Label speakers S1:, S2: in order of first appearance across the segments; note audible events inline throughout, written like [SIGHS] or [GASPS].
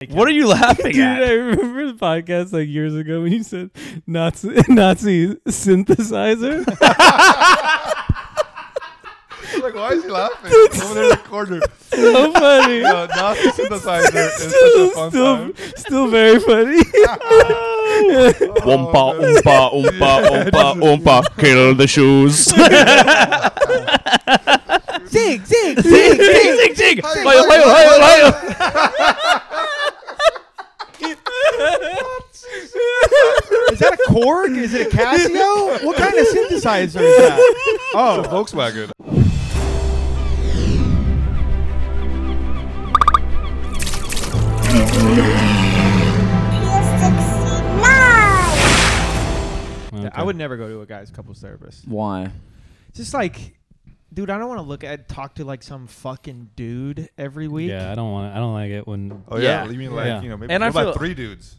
S1: weekend.
S2: What are you laughing
S1: Dude, I
S2: at?
S1: remember the podcast like years ago when you said Nazi [LAUGHS] Nazi synthesizer. [LAUGHS]
S3: [LAUGHS] Like, why is he laughing? Over there in the corner.
S1: so funny.
S3: No, Nazi synthesizer is
S1: still,
S3: such a [LAUGHS] fun
S1: still, [LAUGHS]
S3: time.
S1: still very funny.
S2: Oompa, oompa, oompa, oompa, oompa. Kill the shoes.
S4: Zig,
S2: [LAUGHS]
S4: zig,
S2: Zig,
S4: zig.
S2: zig, zig.
S3: Hey,
S2: Hoyo,
S3: hey,
S2: hoyo, hoyo, hoyo.
S4: [LAUGHS] Is that a Korg? Is it a Casio? What kind of synthesizer is that?
S3: Oh, Volkswagen.
S4: I would never go to a guy's couples therapist.
S5: Why?
S4: Just like, dude, I don't want to look at talk to like some fucking dude every week.
S1: Yeah, I don't want. I don't like it when.
S3: Oh yeah,
S2: Yeah.
S3: you mean like
S1: Yeah.
S3: you know maybe
S2: And
S3: what
S2: I
S3: about
S2: feel-
S3: three dudes?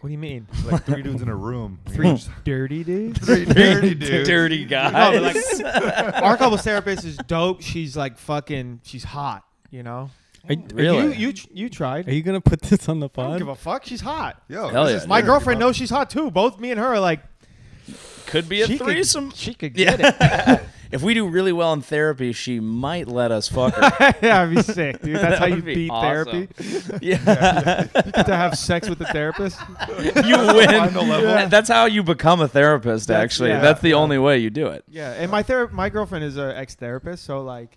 S4: What do you mean?
S3: Like three dudes in a room. You know,
S4: Three
S3: just-
S4: dirty [LAUGHS] dudes.
S3: [LAUGHS] three dirty dudes. [LAUGHS]
S2: Dirty
S4: No,
S2: guy.
S4: but, [LAUGHS] like, our couples therapist is dope. She's like fucking. She's hot. You know.
S1: Are, really?
S4: You you tr- you tried.
S1: are you gonna put this on the
S4: I don't give
S1: pod?
S4: a fuck. She's hot.
S3: Yo,
S2: Hell
S3: this
S2: yeah.
S3: is
S4: My
S3: dirty,
S4: girlfriend
S3: bro.
S4: knows she's hot too. Both me and her are like
S2: Could be a
S4: she could-
S2: threesome.
S4: she could get it. [LAUGHS]
S2: Yeah. if we do really well in therapy, she might let us
S4: [LAUGHS]
S2: fuck her.
S4: yeah, I'd be sick, dude. That's
S2: That
S4: how
S2: would
S4: you
S2: be
S4: beat
S2: awesome.
S4: therapy. [LAUGHS]
S2: yeah.
S4: You get to have sex with the therapist.
S2: [LAUGHS] You win.
S3: Final level.
S2: Yeah. That's how you become a therapist,
S4: That's-
S2: actually.
S4: yeah.
S2: That's the only way you do it.
S4: Yeah, and my ther- my girlfriend is a ex therapist, so like,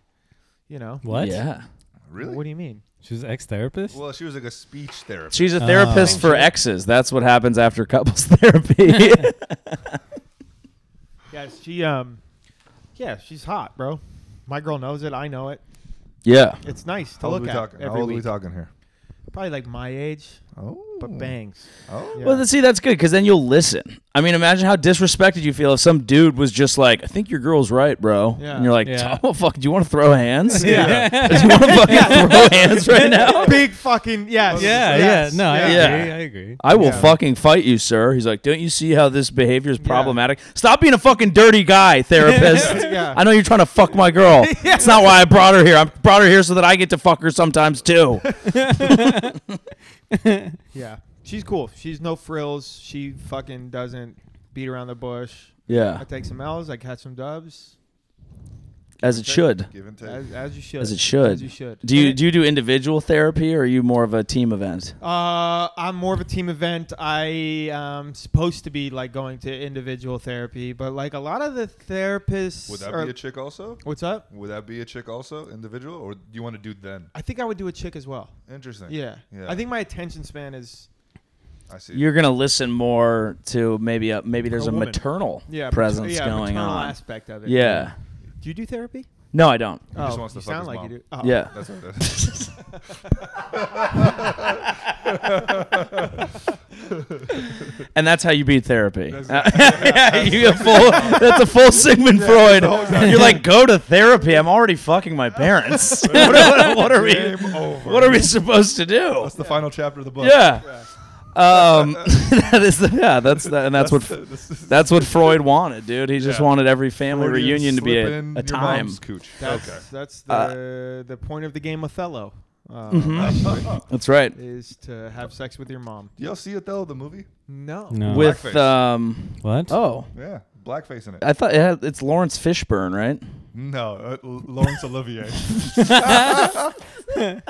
S4: you know,
S1: What?
S2: Yeah.
S3: Really?
S4: What do you mean?
S1: She's ex therapist.
S3: Well, she was like a speech therapist.
S2: She's a therapist
S1: Oh.
S2: for exes. That's what happens after
S1: [LAUGHS]
S2: couples [LAUGHS] therapy.
S4: Yes, she um, yeah, she's hot, bro. My girl knows it. I know it.
S2: yeah.
S4: It's nice to
S3: How old
S4: look
S3: we
S4: at
S3: talking? How
S4: every
S3: old are we
S4: week.
S3: talking here?
S4: Probably like my age,
S3: Oh,
S4: but bangs.
S3: Oh,
S4: Yeah.
S2: Well, [LAUGHS] then, see, that's good because then you'll listen. I mean, imagine how disrespected you feel if some dude was just like, "I think your girl's right, bro,"
S4: Yeah.
S2: and you're like,
S1: Yeah.
S2: "Oh fuck, do you want to
S4: [LAUGHS]
S2: throw hands?
S1: Yeah. [LAUGHS]
S2: do you want to [LAUGHS] fucking throw hands right now?
S4: Big fucking yes.
S1: yeah,
S4: yes,
S1: yeah. No, I
S2: yeah.
S1: agree. I agree.
S2: I will
S4: Yeah.
S2: fucking fight you, sir." He's like, "Don't you see how this behavior is problematic? Stop being a fucking dirty
S4: [LAUGHS]
S2: guy, therapist.
S4: Yeah.
S2: I know you're trying to fuck my girl. It's not why I brought her here. I brought her here so that I get to fuck her sometimes too.
S4: yeah. She's cool. She's no frills. She fucking doesn't beat around the bush. I
S2: Yeah,
S4: take some L's. I catch some dubs.
S2: as it should."
S3: Give and take.
S4: As, as you should.
S2: As it should.
S4: As you should.
S2: Do you do you do individual therapy or are you more of a team event?
S4: Uh, I'm more of a team event. I am supposed to be like going to individual therapy, but like a lot of the therapists.
S3: Would that
S4: are-
S3: be a chick also?
S4: what's up?
S3: Would that be a chick also, individual, or do you want to do then?
S4: I think I would do a chick as well.
S3: Interesting.
S4: Yeah.
S3: Yeah.
S4: I think my attention span is.
S3: I see.
S2: you're gonna listen more to maybe a maybe there's a,
S4: woman.
S2: maternal
S4: Yeah. mat-
S2: presence
S4: yeah,
S2: going
S4: maternal
S2: on.
S4: aspect of it.
S2: Yeah.
S4: Do you do therapy?
S2: No, I don't.
S3: He just wants to
S4: you
S3: fuck
S4: sound
S3: his
S4: like
S3: mom.
S4: you do. Oh.
S2: Yeah.
S3: That's what that is.
S2: [LAUGHS] And that's
S3: [LAUGHS]
S2: how you beat therapy. [LAUGHS] yeah, [LAUGHS] you get full. That's a full Sigmund Freud. You're like, go to therapy. I'm already fucking
S4: [LAUGHS]
S2: my parents. [LAUGHS] what, are- what are we?
S3: Game over.
S2: What are we supposed to do? [LAUGHS]
S3: That's the final chapter of the book.
S2: Yeah. Um, [LAUGHS] that is the, yeah. That's the, and that's what
S3: This is-
S2: that's what Freud wanted, dude. He just
S3: Yeah.
S2: wanted every family
S3: Freudian
S2: reunion to be
S3: slip
S2: a,
S3: in
S2: a
S3: your
S2: time.
S3: mom's cooch.
S4: That's,
S3: Okay.
S4: that's
S2: Uh,
S4: the the point of the game Othello. Uh,
S3: Hmm?
S2: Mm-hmm.
S4: [LAUGHS]
S3: [LAUGHS]
S2: That's right.
S4: Is to have sex with your mom.
S3: Do y'all see Othello the movie?
S4: No.
S1: [LAUGHS] No.
S2: With
S3: Blackface.
S2: um,
S1: what?
S2: oh,
S3: Yeah, blackface in it.
S2: I thought it had, it's Lawrence Fishburne, right?
S3: No, uh, L- Laurence Olivier.
S2: [LAUGHS]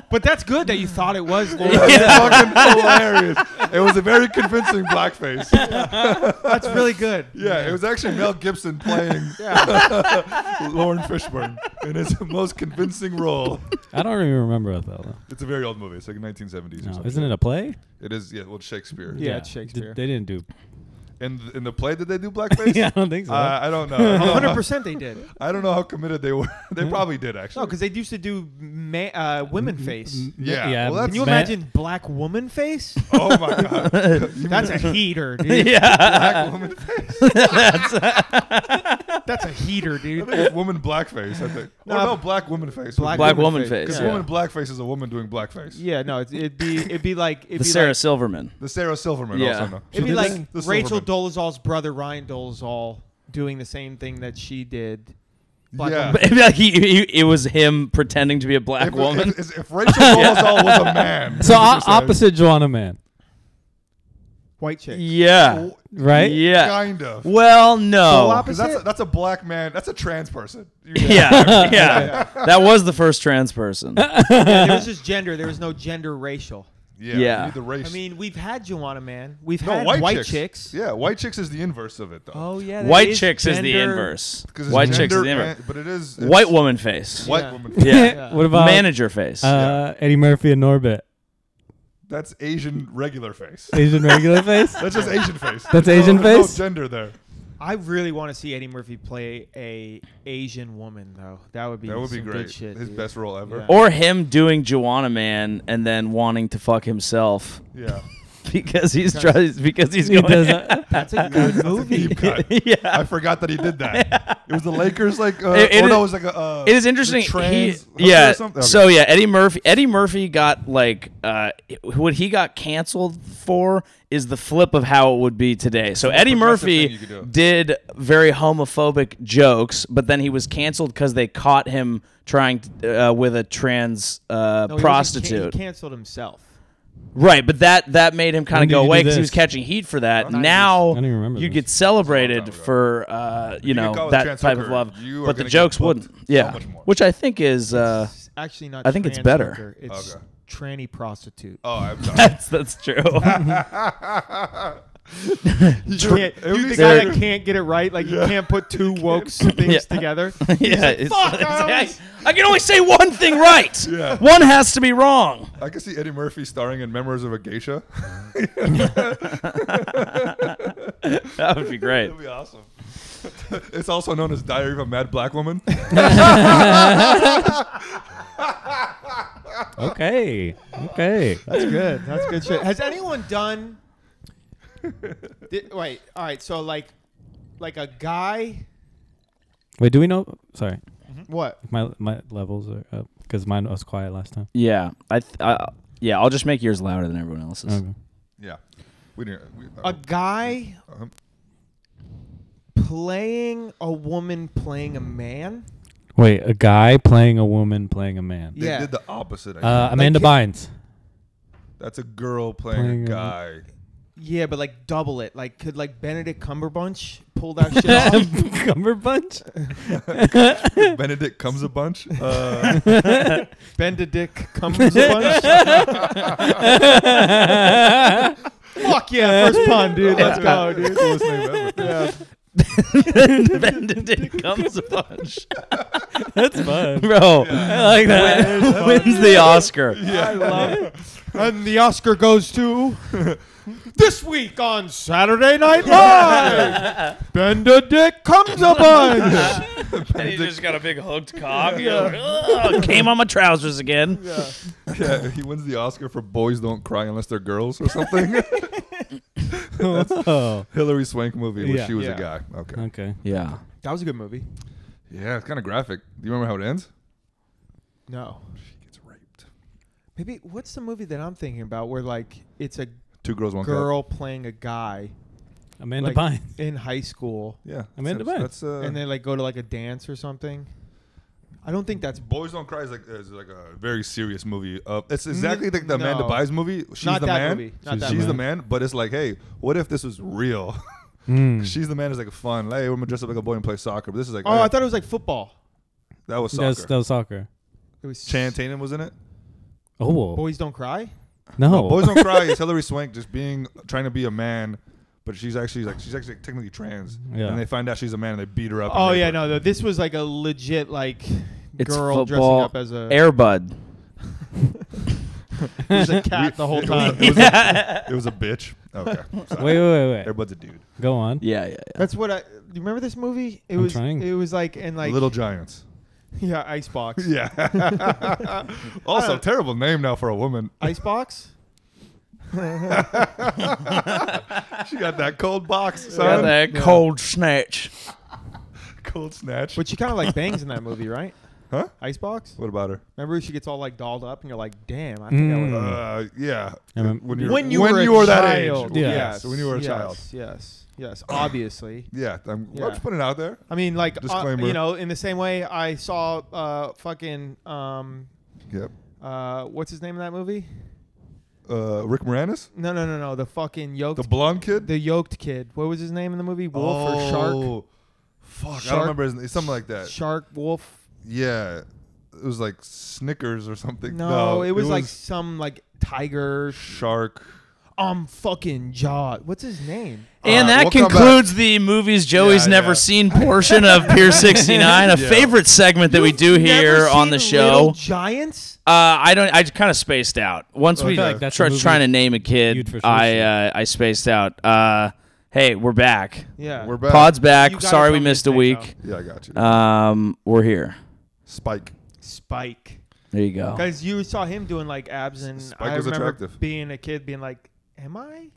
S4: But that's good that you thought it
S3: [LAUGHS]
S4: was. Laura.
S3: That's fucking hilarious. It was a very convincing blackface.
S4: that's really good.
S3: [LAUGHS] Yeah, it was actually Mel Gibson playing [LAUGHS]
S4: Yeah.
S3: Lauren Fishburne in his most convincing role.
S1: I don't even remember Othello.
S3: It's a very old movie. It's like 1970s or
S1: No,
S3: something.
S1: isn't it a play?
S3: It is. Yeah, well, Shakespeare.
S4: Yeah, it's
S1: Did-
S4: Shakespeare.
S1: they didn't do.
S3: In th- in the play, did they do blackface?
S1: [LAUGHS] yeah, I don't think so.
S3: Uh, I don't know. I don't know how-
S4: 100% they did.
S3: I don't know how committed they were. [LAUGHS] they probably did actually.
S4: No, because they used to do ma- uh, women face.
S3: yeah.
S1: Yeah,
S3: Well, that's
S4: Can you
S1: Ma-
S4: imagine black woman
S2: [LAUGHS]
S4: face?
S3: Oh my god. You
S4: That's a
S3: mean
S4: heater, dude.
S2: yeah,
S3: black woman face.
S4: That's a heater,
S3: I
S4: dude.
S3: think it's woman blackface. I think. No,
S4: Nah,
S3: no, black woman face.
S4: black
S2: black
S4: woman
S2: woman
S4: face.
S2: face.
S3: Because
S2: yeah.
S3: woman blackface is a woman doing blackface.
S4: Yeah, no, it'd, it'd be it'd be like it'd
S2: the
S4: be
S2: Sarah
S4: like,
S2: Silverman.
S3: The Sarah Silverman
S2: Yeah.
S3: also. No.
S4: it'd be
S1: did
S4: like
S3: that? The
S4: Rachel
S3: Silverman.
S4: Dolezal's brother Ryan Dolezal doing the same thing that she did black
S3: Yeah.
S4: woman.
S2: But like he, he, it was him pretending to be a black
S3: if,
S2: woman.
S3: If, if, if
S2: [LAUGHS]
S3: Rachel Dolezal was a man,
S1: So o-
S3: 100%.
S1: opposite Joanna Man,
S4: white chick.
S2: [LAUGHS] yeah.
S3: W-
S1: right?
S2: Yeah.
S3: kind of.
S2: Well, no. [LAUGHS]
S4: opposite.
S3: 'Cause that's a, that's a black man. That's a trans person. You- [LAUGHS]
S2: Yeah, yeah. That was the first trans person.
S4: Yeah, there was just gender. There was no gender racial.
S3: yeah.
S2: Yeah.
S3: You need the
S4: I
S3: race.
S4: mean, we've had Joanna Man. We've
S3: no,
S4: had
S3: white,
S4: white,
S3: chicks.
S4: chicks.
S3: Yeah, white chicks is the inverse of it though.
S4: Oh yeah. that
S2: White chicks is the
S4: gender-
S2: inverse.
S3: 'Cause it's
S2: White chicks is
S3: gender
S2: the inverse.
S3: and- but it is it's
S2: White woman face.
S3: White
S4: Yeah.
S3: woman.
S1: [LAUGHS]
S2: Yeah.
S1: what about
S2: Manager face.
S1: uh, Eddie Murphy and Norbit?
S3: That's Asian regular face.
S4: [LAUGHS]
S1: Asian regular face?
S3: That's just Asian face.
S1: That's
S3: There's no-
S1: Asian
S3: there's
S1: face?
S3: No gender there.
S4: I really want to see Eddie Murphy play a Asian woman though. That would be
S3: That would be
S4: some
S3: great.
S4: Good shit,
S3: His
S4: dude.
S3: best role ever.
S4: Yeah.
S2: or him doing Joanna Man and then wanting to fuck himself [LAUGHS]
S3: Yeah.
S2: because he's tries, because he's
S1: He
S2: going. [LAUGHS]
S1: does not-
S4: That's a
S3: [LAUGHS] That's
S4: good
S3: a
S4: movie.
S3: deep cut.
S2: yeah.
S3: I forgot that he did that. It was the Lakers, like, uh,
S2: It- it
S3: or no,
S2: is-
S3: it was like a. Uh,
S2: it is interesting.
S3: the Trans
S2: he, yeah.
S3: Or something? Okay. Oh,
S2: So yeah, Eddie Murphy. Eddie Murphy got like uh, what he got canceled for is the flip of how it would be today. So Eddie
S3: progressive thing
S2: Murphy
S3: you could do.
S2: did very homophobic jokes, but then he was canceled because they caught him trying to, uh, with a trans uh,
S4: No, he wasn't can-
S2: prostitute.
S4: He canceled himself.
S2: Right, but that that made him kind
S1: When
S2: of
S1: did
S2: go
S1: you do
S2: away because he
S1: this?
S2: was catching heat for that.
S3: Nice.
S2: Now
S1: I don't even remember
S2: you
S1: this.
S2: get celebrated
S3: It's a long time ago.
S2: for uh, you,
S3: You get caught
S2: know
S3: with
S2: that
S3: trans
S2: type of
S3: hooker,
S2: love,
S3: you are
S2: but the
S3: gonna get
S2: jokes
S3: booked
S2: wouldn't.
S3: so
S2: Yeah,
S3: much more.
S2: which I think
S3: [LAUGHS]
S2: is uh,
S4: It's actually not.
S2: I think it's
S4: trans
S2: better.
S4: hooker. It's
S3: Okay.
S4: tranny prostitute.
S3: Oh, I'm
S2: [LAUGHS]
S3: sorry.
S2: that's that's
S3: [LAUGHS]
S2: true.
S4: You can't-
S3: It would
S4: you
S3: be
S4: the guy
S3: great.
S4: that can't get it right, like [LAUGHS]
S3: Yeah.
S4: you can't put two woke s- things
S2: Yeah.
S4: together.
S2: [LAUGHS] yeah, it's-
S4: "Fuck,
S2: it's-
S4: I
S2: I,
S4: was-
S2: I can only say one thing
S3: [LAUGHS]
S2: right.
S3: Yeah.
S2: One has to be wrong.
S3: I could see Eddie Murphy starring in Memoirs of a Geisha. [LAUGHS]
S2: That would be great.
S3: That'd be awesome. [LAUGHS] it's also known as Diary of a Mad Black
S2: [LAUGHS]
S3: Woman.
S1: okay. Okay.
S4: That's good. That's good shit. Has anyone done? [LAUGHS] Did, wait. All right. So like, like a guy.
S1: Wait, do we know? Sorry.
S4: What?
S1: My my levels are up because mine was quiet last time.
S2: Yeah, I, th- I yeah, I'll just make yours louder than everyone else's.
S1: Okay.
S3: yeah. We didn't. We, uh,
S4: A guy
S3: um,
S4: playing a woman playing a man.
S1: Wait, a guy playing a woman playing a man.
S3: they
S4: Yeah.
S3: did the opposite. I
S1: Uh,
S3: think.
S4: [LAUGHS]
S1: Amanda Bynes.
S3: That's a girl playing,
S1: Playing
S3: a
S1: a-
S3: guy. [LAUGHS]
S4: Yeah, but like double it. Like could like Benedict Cumberbatch pull that shit off?
S1: [LAUGHS]
S4: [LAUGHS]
S1: Cumberbunch.
S3: Benedict comes a bunch.
S2: [LAUGHS]
S3: Uh, [LAUGHS]
S4: Benedict Cumberbatch. Fuck yeah, first pun, dude. Let's go, dude.
S3: Coolest name ever. [LAUGHS]
S2: Benedict comes a bunch,
S1: That's fun.
S2: bro.
S1: I like that.
S2: [LAUGHS] Wins the Oscar.
S4: I love it. [LAUGHS] And the Oscar goes to [LAUGHS] this week on Saturday Night Live.
S1: [LAUGHS]
S4: Benedict comes a bunch.
S2: And he just got a big hooked cock. [LAUGHS] came on my trousers again.
S3: [LAUGHS] Yeah, he wins the Oscar for Boys Don't Cry Unless They're Girls or something.
S4: [LAUGHS]
S1: Oh,
S3: Hillary Swank movie where
S1: Yeah.
S3: she was
S4: Yeah. Uh-huh.
S3: a guy. Okay.
S1: okay.
S2: Yeah.
S4: That was a good movie.
S3: Yeah, it's kind of graphic. Do you remember how it ends?
S4: No.
S3: She gets raped.
S4: Maybe what's the movie that I'm thinking about where like it's a
S3: Two girls, one cup.
S4: girl playing a guy
S1: Amanda
S4: like,
S1: Bynes.
S4: in high school
S3: Yeah,
S1: Amanda
S3: that's-
S1: Bynes.
S3: That's uh,
S4: and they like go to like a dance or something. I don't think that's
S3: Boys Don't Cry is like, is like a very serious movie. Uh, it's exactly like the Amanda
S4: no.
S3: Bynes movie. She's
S4: Not
S3: the
S4: that
S3: man.
S4: movie. Not
S3: she's
S4: that
S3: the
S1: movie.
S3: man, but it's like, hey, what if this was
S4: [LAUGHS]
S3: real?
S1: Mm.
S3: she's the man is like fun. Like, hey, we're gonna dress up like a boy and play soccer. But this is like,
S4: Hmm.
S3: uh,
S4: Oh, I thought it was like football.
S3: that was
S1: That was,
S3: soccer.
S1: that was soccer.
S4: It was
S3: Chan Tatum was in it.
S1: Oh, whoa.
S4: Boys Don't Cry.
S1: no.
S3: Boys Don't
S1: [LAUGHS]
S3: Cry is Hillary Swank just being trying to be a man, but she's actually like she's actually technically trans.
S1: Yeah.
S3: And they find out she's a man and they beat her up. and
S4: Oh
S3: rape
S4: yeah,
S3: her. [LAUGHS]
S4: no, no, this [LAUGHS] was like a legit like
S2: It's
S4: girl dressing
S2: football.
S4: up as a
S2: Airbud.
S4: as a cat the whole
S3: It was a-
S4: time.
S3: uh, It
S4: [LAUGHS]
S3: was, a, it was a bitch. Okay. Sorry.
S1: wait, wait, wait, wait.
S3: Everybody's a dude.
S1: Go on.
S2: Yeah, yeah, yeah.
S4: That's what I. You remember this movie? It
S1: I'm
S4: was.
S1: trying.
S4: It was like in like
S3: Little Giants.
S4: [LAUGHS]
S3: [LAUGHS]
S4: yeah, Icebox. [LAUGHS]
S3: Yeah.
S4: Uh,
S3: also, terrible name now for a woman.
S4: Icebox.
S3: [LAUGHS] She got that cold box,
S2: Got
S3: son.
S2: that cold snatch.
S3: Cold snatch.
S4: But she kind of like bangs in that movie, right?
S3: Huh?
S4: Icebox.
S3: What about her?
S4: Remember she gets all like dolled up, and you're like, damn, I think I
S1: Mm.
S4: was.
S3: Uh, yeah.
S1: I remember-
S3: when you
S4: When you
S3: when
S4: were
S3: you
S4: a
S3: were that
S4: child.
S3: age.
S1: Yeah.
S3: Yes. When you were a
S4: yes,
S3: child.
S4: Yes. Yes, obviously.
S3: Yeah, I'm,
S4: Yeah.
S3: I'm just putting it out there.
S4: I mean, like, uh,
S3: Disclaimer.
S4: you know, in the same way I saw uh, fucking um,
S3: Yep.
S4: uh, what's his name in that movie?
S3: Uh, Rick Moranis,
S4: No, no, no, no. The fucking yoked,
S3: the
S4: the,
S3: blonde kid,
S4: yoked kid. What was his name in the movie? Wolf or
S3: Oh, Fuck, I
S4: Shark?
S3: don't remember his name. Something like
S4: shark?
S3: that.
S4: Shark wolf?
S3: Yeah, it was like Snickers or something.
S4: No, it, was like some like tiger.
S3: Shark.
S4: Um, fucking jaw. What's his name?
S2: And
S3: All right,
S2: that
S3: we'll come
S2: concludes the movies Joey's
S3: Yeah,
S2: never
S3: yeah.
S2: seen portion
S3: [LAUGHS]
S2: of Pier 69, a
S3: Yeah.
S2: favorite segment that we
S4: You've
S2: do
S4: never
S2: here on
S4: seen
S2: the
S4: Little
S2: show.
S4: Giants.
S2: Uh, I don't. I kind of spaced out. Once we
S3: I feel like
S1: that's a
S2: started
S1: movie
S2: trying to name a
S1: you'd
S2: kid,
S1: for sure
S2: I
S1: see.
S2: uh, I spaced out. Uh, hey, we're back.
S4: Yeah.
S3: We're back.
S2: Pod's
S4: You
S2: back.
S4: gotta
S2: Sorry we
S4: tell me
S2: missed a
S4: his name,
S2: week.
S3: Yeah, I got you.
S2: Um, we're here.
S3: Spike.
S4: Spike.
S2: There you go.
S4: Because you saw him doing like abs, and
S3: Spike
S4: I
S3: was
S4: remember
S3: attractive.
S4: being a kid, being like, "Am I?"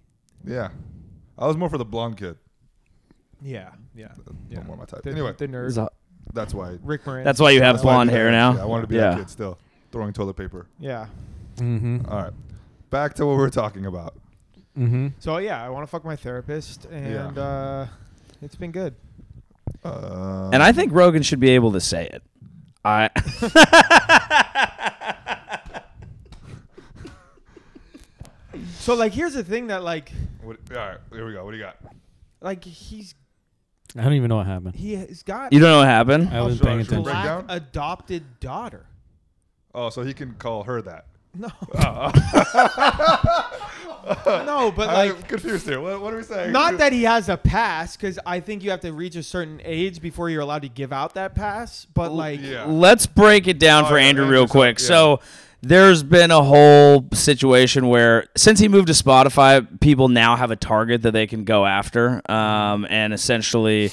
S3: Yeah, I was more for the blonde kid.
S4: Yeah, yeah, yeah.
S3: Not more my type.
S4: The,
S3: anyway,
S4: the nerd,
S3: that's why.
S4: Rick Moran.
S2: That's why you have
S3: why I
S2: blonde
S3: did that.
S2: hair now.
S3: Yeah, I wanted to be
S2: yeah.
S3: that kid still, throwing toilet paper.
S4: Yeah.
S1: Mm-hmm.
S3: All right, back to what we were talking about.
S1: Mm-hmm.
S4: So yeah, I want to fuck my therapist, and
S3: Yeah.
S4: uh, it's been
S2: [LAUGHS]
S4: good.
S3: Uh,
S2: And I think Rogan should be able to say it. I.
S4: So like, here's the thing that like,
S3: What, all right, here we go. What do you got?
S4: like he's
S1: I don't even know what happened.
S4: he has got
S2: you don't know what happened.
S1: I wasn't
S3: sure,
S1: paying
S3: sure.
S1: attention.
S3: Break
S4: black
S3: down?
S4: adopted daughter.
S3: Oh, so he can call her that.
S4: No,
S3: Oh.
S4: [LAUGHS] no, but
S3: I'm
S4: like.
S3: confused here. What, what are we saying?
S4: Not that he has a pass, because I think you have to reach a certain age before you're allowed to give out that pass. But like,
S3: Oh, Yeah.
S2: Let's break it down
S3: Oh,
S2: for
S3: yeah,
S2: Andrew
S3: Andrew's
S2: real
S3: up,
S2: quick.
S3: yeah.
S2: So there's been a whole situation where since he moved to Spotify, people now have a target that they can go after. Um, and essentially,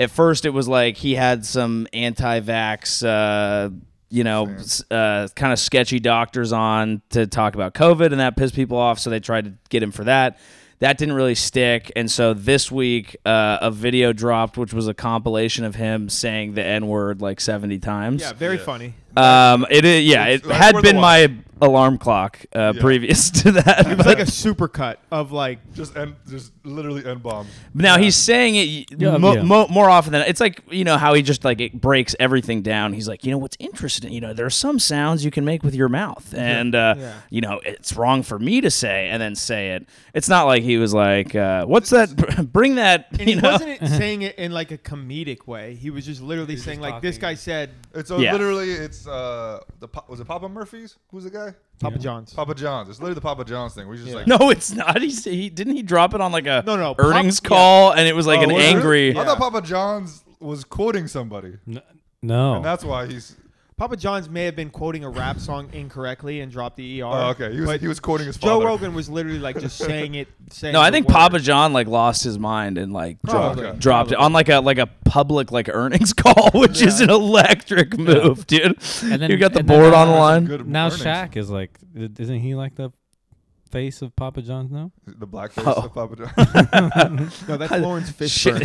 S2: at first it was like he had some anti-vax. Uh, you know, s- uh, kind of sketchy doctors on to talk about COVID, and that pissed people off. So they tried to get him for that. That didn't really stick. And so this week, uh, a video dropped, which was a compilation of him saying the N word like 70 times.
S4: yeah, very
S3: [LAUGHS]
S4: funny.
S2: Um, it is, yeah, it
S3: It's- that's
S2: had
S3: worth
S2: been
S3: a
S2: my alarm clock uh,
S3: Yeah.
S2: previous [LAUGHS] to that.
S4: It was
S2: but
S4: like a supercut of like
S3: Just end, just literally end bombs.
S2: now he's saying it
S1: Yeah,
S2: mo-
S1: yeah.
S2: Mo- more often than it's like you know how he just like it breaks everything down. He's like, you know what's interesting? You know there are some sounds you can make with your mouth, and uh,
S4: Yeah.
S2: you know it's wrong for me to say and then say it. It's not like he was like, uh, what's that? [LAUGHS] Bring that.
S4: And he
S2: You know.
S4: wasn't e saying it in like a comedic way. He was just literally
S1: just
S4: saying like this
S1: talking.
S4: guy said
S3: It's uh,
S2: Yeah.
S3: literally it's uh the Pa- was it Papa Murphy's? Who's the guy?
S4: Papa John's.
S3: Papa John's. It's literally the Papa John's thing. We're just like
S2: [LAUGHS] no, it's not. He, he didn't he drop it on like a
S4: No, no, pop-
S2: earnings
S4: yeah.
S2: call, and it was like
S3: Oh,
S2: an
S3: was it?
S2: angry.
S3: I thought Papa John's was quoting somebody, and
S1: No.
S3: that's why he's.
S4: Papa John's may have been quoting a rap song incorrectly and dropped the ER.
S3: Oh, okay. He was
S4: but
S3: he was quoting his
S4: Joe
S3: father.
S4: Rogan was literally like
S3: [LAUGHS]
S4: just saying it. Saying
S2: No, I
S4: the
S2: think
S4: word.
S2: Papa John like lost his mind and like dropped,
S3: Probably. Okay.
S2: dropped it on like a like a public like earnings [LAUGHS] call, which is an electric move, dude.
S1: And then-
S2: you got the
S1: and then
S2: board
S1: now-
S2: on the line.
S3: Good
S1: Now
S3: earnings.
S1: Shaq is like, i- isn't he like the face of Papa John's now?
S3: the blackface
S2: Oh.
S3: of [LAUGHS]
S2: [LAUGHS]
S3: Papa John.
S4: No, that's Lawrence
S2: Shit. [LAUGHS]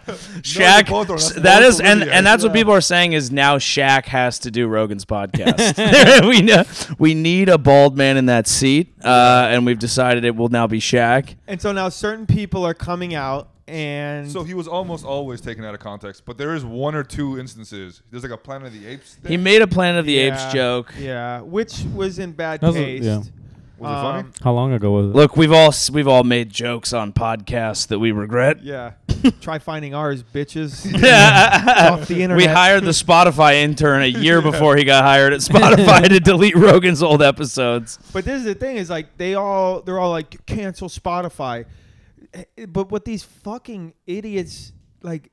S4: Fishburne.
S2: Shaq,
S3: both are- that's
S2: that
S3: both
S2: is, and,
S3: Olivier.
S2: and that's what
S4: Yeah.
S2: people are saying is now Shaq has to do Rogan's podcast. [LAUGHS] we know we need a bald man in that seat, uh, and we've decided it will now be Shaq.
S4: and so now certain people are coming out and
S3: so he was almost always taken out of context, but there is one or two instances. There's like a Planet of the Apes. Thing.
S2: He made a Planet of the
S4: Yeah,
S2: Apes joke.
S4: Yeah, which was in bad
S1: That was a-
S4: taste.
S1: yeah.
S3: was it funny?
S4: Um,
S1: How long ago was it?
S2: Look, we've all s- we've all made jokes on podcasts that we regret.
S4: Yeah.
S2: [LAUGHS]
S4: Try finding ours, bitches. [LAUGHS]
S2: Yeah.
S4: Off the
S2: we
S4: internet.
S2: hired the Spotify intern
S4: [LAUGHS]
S2: a year before he got hired at Spotify to delete Rogan's old episodes.
S4: But this is the thing is like they all they're all like cancel Spotify. Eh, eh, But what these fucking idiots like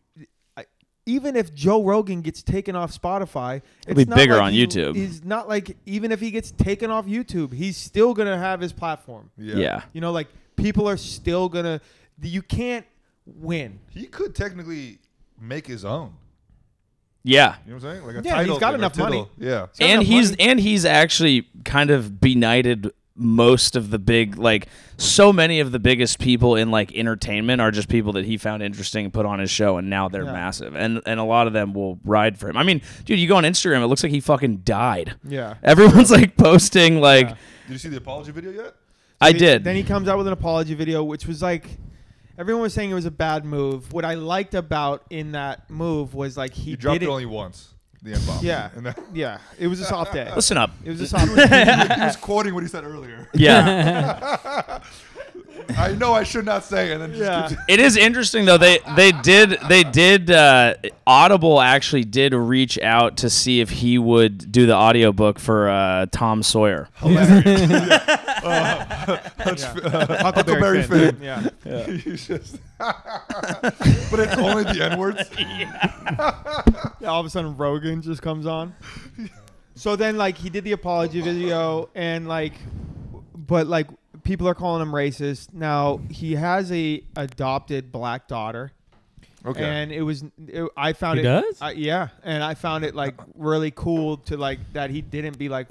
S4: I- even if Joe Rogan gets taken off Spotify, it's
S2: be
S4: not
S2: bigger
S4: like
S2: on
S4: he-
S2: YouTube.
S4: He's not like even if he gets taken off YouTube, he's still going to have his platform.
S2: Yeah.
S4: You know like people are still going to you can't win.
S3: He could technically make his own.
S2: Yeah.
S3: You know what I'm saying? Like a
S4: Yeah,
S3: title
S4: he's got
S3: thing or
S4: enough
S3: tittle.
S4: money.
S3: Yeah.
S4: He's got
S2: and
S4: enough
S2: he's
S4: money.
S2: and he's actually kind of benighted most of the big like so many of the biggest people in like entertainment are just people that he found interesting and put on his show and now they're
S4: Yeah.
S2: massive and and a lot of them will ride for him i mean dude you go on instagram it looks like he fucking died
S4: Yeah.
S2: everyone's like posting like
S3: Did you see the apology video yet?
S2: i
S4: Then-
S2: did
S4: Then he comes out with an apology video which was like Everyone was saying it was a bad move. What I liked about in that move was like he
S3: you dropped it
S4: didn't-
S3: only once. The end bomb.
S4: Yeah.
S3: And
S2: [LAUGHS]
S3: that,
S4: Yeah, it was a soft day.
S2: Listen
S4: [LAUGHS]
S2: up.
S4: It was a
S2: [LAUGHS]
S4: soft day.
S3: he was quoting what he said earlier.
S2: Yeah.
S3: I know I should not say, and then just
S4: Yeah.
S3: keeps-
S2: It is interesting though. They they did they did uh, Audible actually did reach out to see if he would do the audiobook for uh, Tom Sawyer.
S3: hilarious. Huckleberry Finn.
S4: Yeah.
S3: [LAUGHS] He's just- but it's only the
S4: [LAUGHS]
S3: N words.
S4: Yeah, all of a sudden Rogan just comes
S3: [LAUGHS]
S4: on. so then like he did the apology video and like but like people are calling him racist. Now he has a adopted black daughter.
S3: Okay.
S4: And it was it, I found
S1: He
S4: it
S1: does?
S4: I- yeah, and I found it
S2: [LAUGHS]
S4: like really cool to like that he didn't be like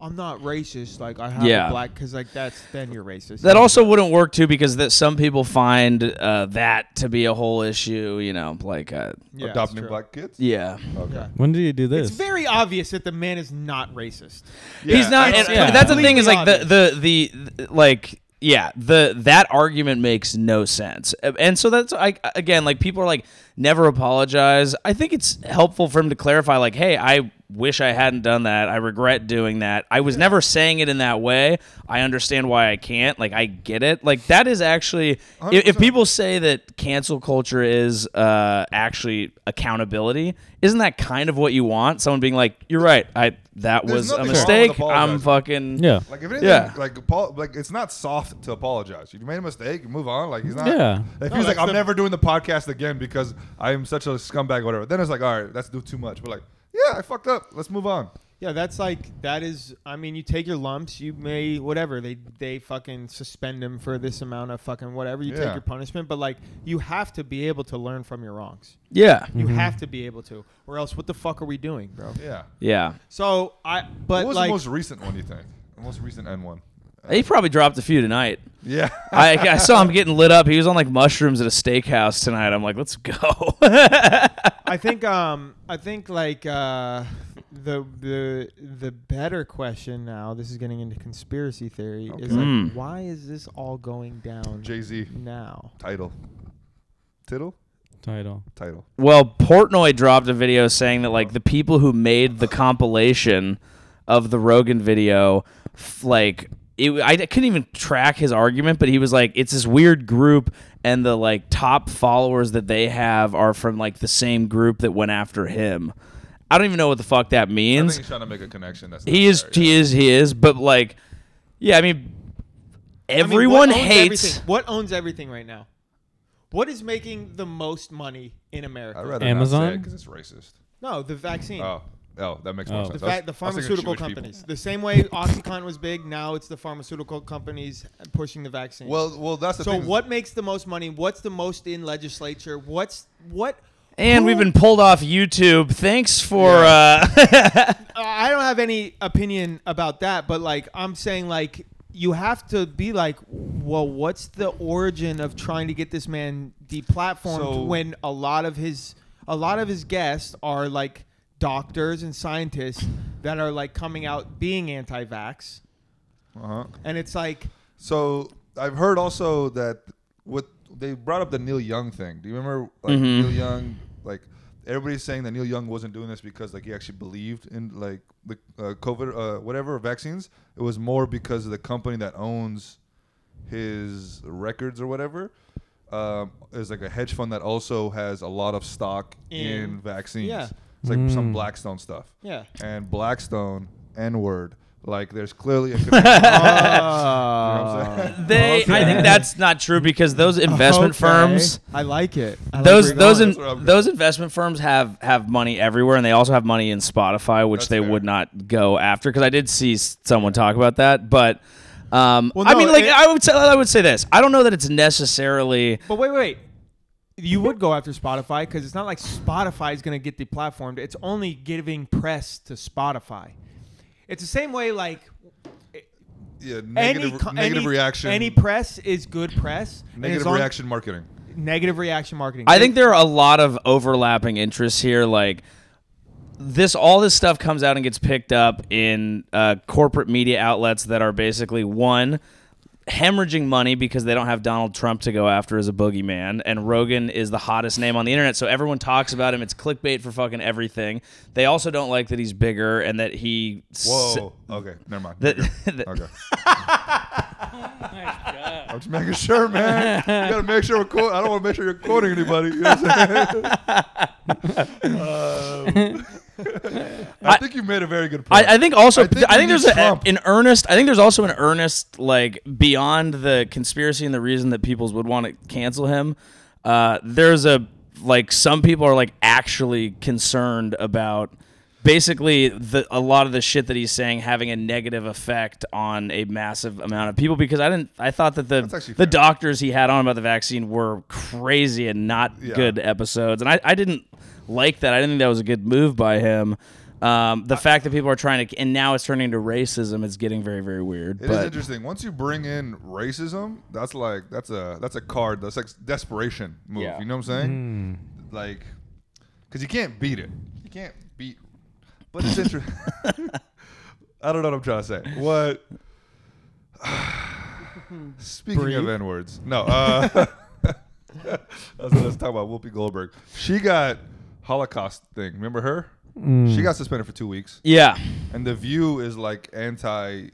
S4: I'm not racist like I have
S2: Yeah.
S4: a black cuz like that's then you're racist.
S2: That also wouldn't work too because that some people find uh, that to be a whole issue. You know, like uh,
S4: Yeah, it's
S3: Adopting
S4: true.
S3: black kids.
S2: yeah.
S3: Okay.
S4: Yeah.
S1: When did you do
S4: It's
S1: this?
S4: very obvious that the man is not racist.
S2: he's not.
S4: it's
S2: and- but That's the thing is like the,
S4: completely
S2: the the like yeah the that argument makes no sense Uh, and so that's like again like people are like never apologize i think it's helpful for him to clarify like hey i wish i hadn't done that i regret doing that i was never saying it in that way i understand why i can't like i get it like that is actually if, if
S3: 100%.
S2: people say that cancel culture is uh actually accountability isn't that kind of what you want someone being like you're right i that
S3: There's
S2: was a
S3: nothing wrong with
S2: mistake i'm
S3: apologizing.
S2: fucking
S1: yeah.
S3: Like if anything,
S2: Yeah.
S3: like Paul, like it's not soft to apologize. You made a mistake, you move on. Like he's not.
S1: Yeah.
S3: If
S4: No,
S3: he's like,
S4: that's
S3: I'm
S4: the-
S3: never doing the podcast again because I am such a scumbag, or whatever. Then it's like, all right, that's do too much. But like, yeah, I fucked up. Let's move on.
S4: Yeah, that's like that is. I mean, you take your lumps. You may whatever they they fucking suspend him for this amount of fucking whatever. You take
S3: Yeah.
S4: your punishment, but like you have to be able to learn from your wrongs.
S2: Yeah.
S4: You have to be able to, or else what the fuck are we doing, bro?
S3: Yeah.
S2: Yeah.
S4: So I, but
S3: what was
S4: like
S3: the most recent one? You think? The most recent N one. Uh,
S2: He probably dropped a few tonight.
S3: Yeah.
S2: I,
S3: [LAUGHS]
S2: I saw him getting lit up. He was on like mushrooms at a steakhouse tonight. I'm like, let's go. [LAUGHS]
S4: I think um I think like uh the the the better question now. This is getting into conspiracy theory. Is like
S2: Mm.
S4: why is this all going down
S3: Jay Z
S4: now?
S3: title. Tittle
S1: Title.
S3: title.
S2: well, Portnoy dropped a video saying that like the people who made the compilation of the Rogan video, f- like it, I couldn't even track his argument, but he was like, it's this weird group, and the like top followers that they have are from like the same group that went after him. I don't even know what the fuck that
S3: I
S2: means.
S3: think he's trying to make a connection. That's
S2: He
S3: not
S2: is,
S3: there, yeah.
S2: he is, he is. But like, yeah, I mean,
S4: I mean,
S2: everyone
S4: what owns
S2: hates.
S4: everything? what owns everything right now. What is making the most money in America?
S3: I'd rather
S1: Amazon?
S3: because it's racist.
S4: no, the vaccine.
S3: Oh, oh, that makes more
S1: Oh.
S3: sense.
S4: The, fa- the
S3: I was- I was thinking
S4: pharmaceutical
S3: Jewish people.
S4: companies. The same way OxyContin was big, now it's the pharmaceutical companies pushing the vaccine.
S3: Well, well, that's the
S4: so
S3: thing. is-
S4: what makes the most money? What's the most in legislature? What's what?
S2: and
S4: who-
S2: we've been pulled off YouTube. Thanks for. Uh, [LAUGHS]
S4: I don't have any opinion about that, but like I'm saying, like you have to be like, well, what's the origin of trying to get this man deplatformed
S3: So-
S4: when a lot of his a lot of his guests are like doctors and scientists that are like coming out being anti-vax,
S3: Uh-huh.
S4: and it's like,
S3: So I've heard also that what they brought up the Neil Young thing. Do you remember like Neil Young? Like everybody's saying that Neil Young wasn't doing this because like he actually believed in like the uh, COVID uh, whatever vaccines. It was more because of the company that owns his records or whatever. Um, is like a hedge fund that also has a lot of stock in,
S4: In-
S3: vaccines.
S4: yeah.
S3: It's like some Blackstone stuff.
S4: yeah.
S3: And Blackstone, N word. Like there's
S4: [LAUGHS]
S3: clearly a [LAUGHS] connection.
S2: they, I think that's not true because those investment
S4: Okay.
S2: firms,
S4: I like it. I like
S2: those
S4: where you're
S2: those
S4: going.
S2: in,
S3: where I'm
S2: those investment firms have have money everywhere, and they also have money in Spotify, which
S3: That's
S2: they
S3: fair.
S2: would not go after. Because I did see s- someone talk about that, but. Um,
S4: Well,
S2: I
S4: no,
S2: mean, like
S4: it-
S2: I would say, I would say this. I don't know that it's necessarily
S4: But wait, wait. You would go after Spotify because it's not like Spotify is going to get deplatformed. It's only giving press to Spotify. It's the same way like
S3: yeah, negative,
S4: any co-
S3: negative
S4: any,
S3: reaction.
S4: Any press is good press. and as
S3: negative
S4: long-
S3: reaction marketing.
S4: Negative reaction marketing.
S2: I think there are a lot of overlapping interests here. Like this, all this stuff comes out and gets picked up in uh, corporate media outlets that are basically one hemorrhaging money because they don't have Donald Trump to go after as a boogeyman, and Rogan is the hottest name on the internet, so everyone talks about him. It's clickbait for fucking everything. They also don't like that he's bigger and that he. s-
S3: Whoa. Okay. Never mind.
S2: [LAUGHS] that-
S3: okay.
S2: that-
S3: okay. [LAUGHS] I'm just making sure, man. You gotta make sure we're quoting. I don't want to make sure you're quoting anybody. You know what I'm saying?
S4: [LAUGHS]
S3: [LAUGHS] Um, I,
S2: I-
S3: think you made a very good point.
S2: I, I think also
S3: I
S2: I
S3: think
S2: think,
S3: we need
S2: there's a,
S3: Trump.
S2: an earnest I think there's also an earnest like beyond the conspiracy and the reason that people would want to cancel him. Uh, there's a like some people are like actually concerned about basically the, a lot of the shit that he's saying having a negative effect on a massive amount of people because I didn't I thought that
S3: That's
S2: the
S3: actually fair.
S2: the doctors he had on about the vaccine were crazy and not
S3: Yeah.
S2: good episodes and I, I didn't like that I didn't think that was a good move by him um, the fact that people are trying to, and now it's turning into racism. It's getting very, very weird.
S3: It is
S2: but
S3: interesting. Once you bring in racism, that's like that's a that's a card. That's like desperation move.
S2: Yeah.
S3: You know what I'm saying? Like, because you can't beat it. You can't beat. But it's interesting. [LAUGHS] I don't know what I'm trying to say. What? [SIGHS] Speaking of
S4: Breathe.
S3: n words, no. Uh, [LAUGHS] let's, let's talk about Whoopi Goldberg. She got Holocaust thing. Remember her? She got suspended for two weeks,
S2: yeah,
S3: and The View is like anti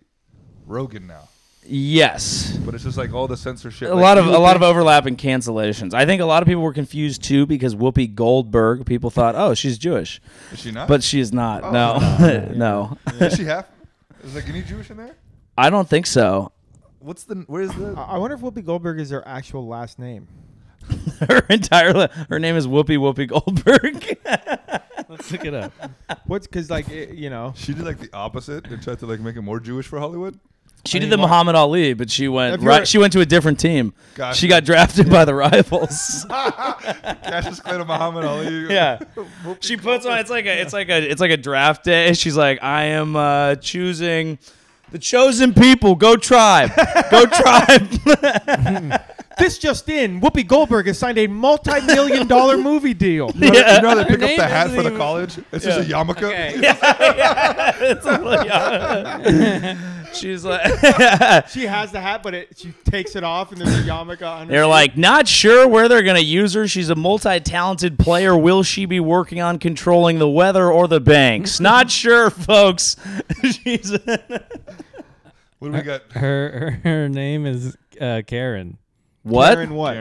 S3: Rogan now
S2: yes,
S3: but it's just like all the censorship.
S2: a
S3: Like,
S2: lot of
S3: you
S2: a lot of
S3: think-
S2: overlapping cancellations. I think a lot of people were confused too because Whoopi Goldberg. People thought, oh, she's Jewish,
S3: Is she not?
S2: but she is not.
S3: Oh,
S2: no, [LAUGHS] no,
S3: is she [LAUGHS] half? Is like any Jewish in there?
S2: I don't think so. [LAUGHS]
S3: What's the? Where's
S4: I
S3: the?
S4: I wonder if Whoopi Goldberg is her actual last name.
S2: Her entire li- her name is Whoopi Whoopi Goldberg. [LAUGHS]
S1: Let's look it up.
S4: [LAUGHS] What's because like it, you know
S3: She did like the opposite and tried to like make it more Jewish for Hollywood.
S2: she
S4: I
S2: did
S4: mean,
S2: the
S4: why-
S2: Muhammad Ali, but she went
S4: If you're-
S2: right. She went to a different team.
S3: Gotcha.
S2: She got drafted by the rivals. [LAUGHS]
S3: Cassius Clay to Muhammad Ali.
S2: Yeah. she puts on it's like a it's like a it's like a draft day. [LAUGHS] She's like, I am uh, choosing the chosen people. Go tribe. [LAUGHS] Go tribe.
S4: this just in: Whoopi Goldberg has signed a multi-million dollar movie deal.
S3: You know,
S2: Yeah.
S3: you know how they pick up
S1: name
S3: the hat
S1: isn't
S3: for the
S1: even-
S3: college. It's just a yarmulke.
S2: It's like, yeah. She's like [LAUGHS]
S4: She has the hat, but it, she takes it off, and there's a yarmulke on. her
S2: They're
S4: head.
S2: like, not sure where they're gonna use her. She's a multi-talented player. Will she be working on controlling the weather or the [LAUGHS] banks? Not sure, folks. [LAUGHS] She's
S3: What do we got?
S1: Her her name is uh, Karen.
S2: what?
S4: Karen what?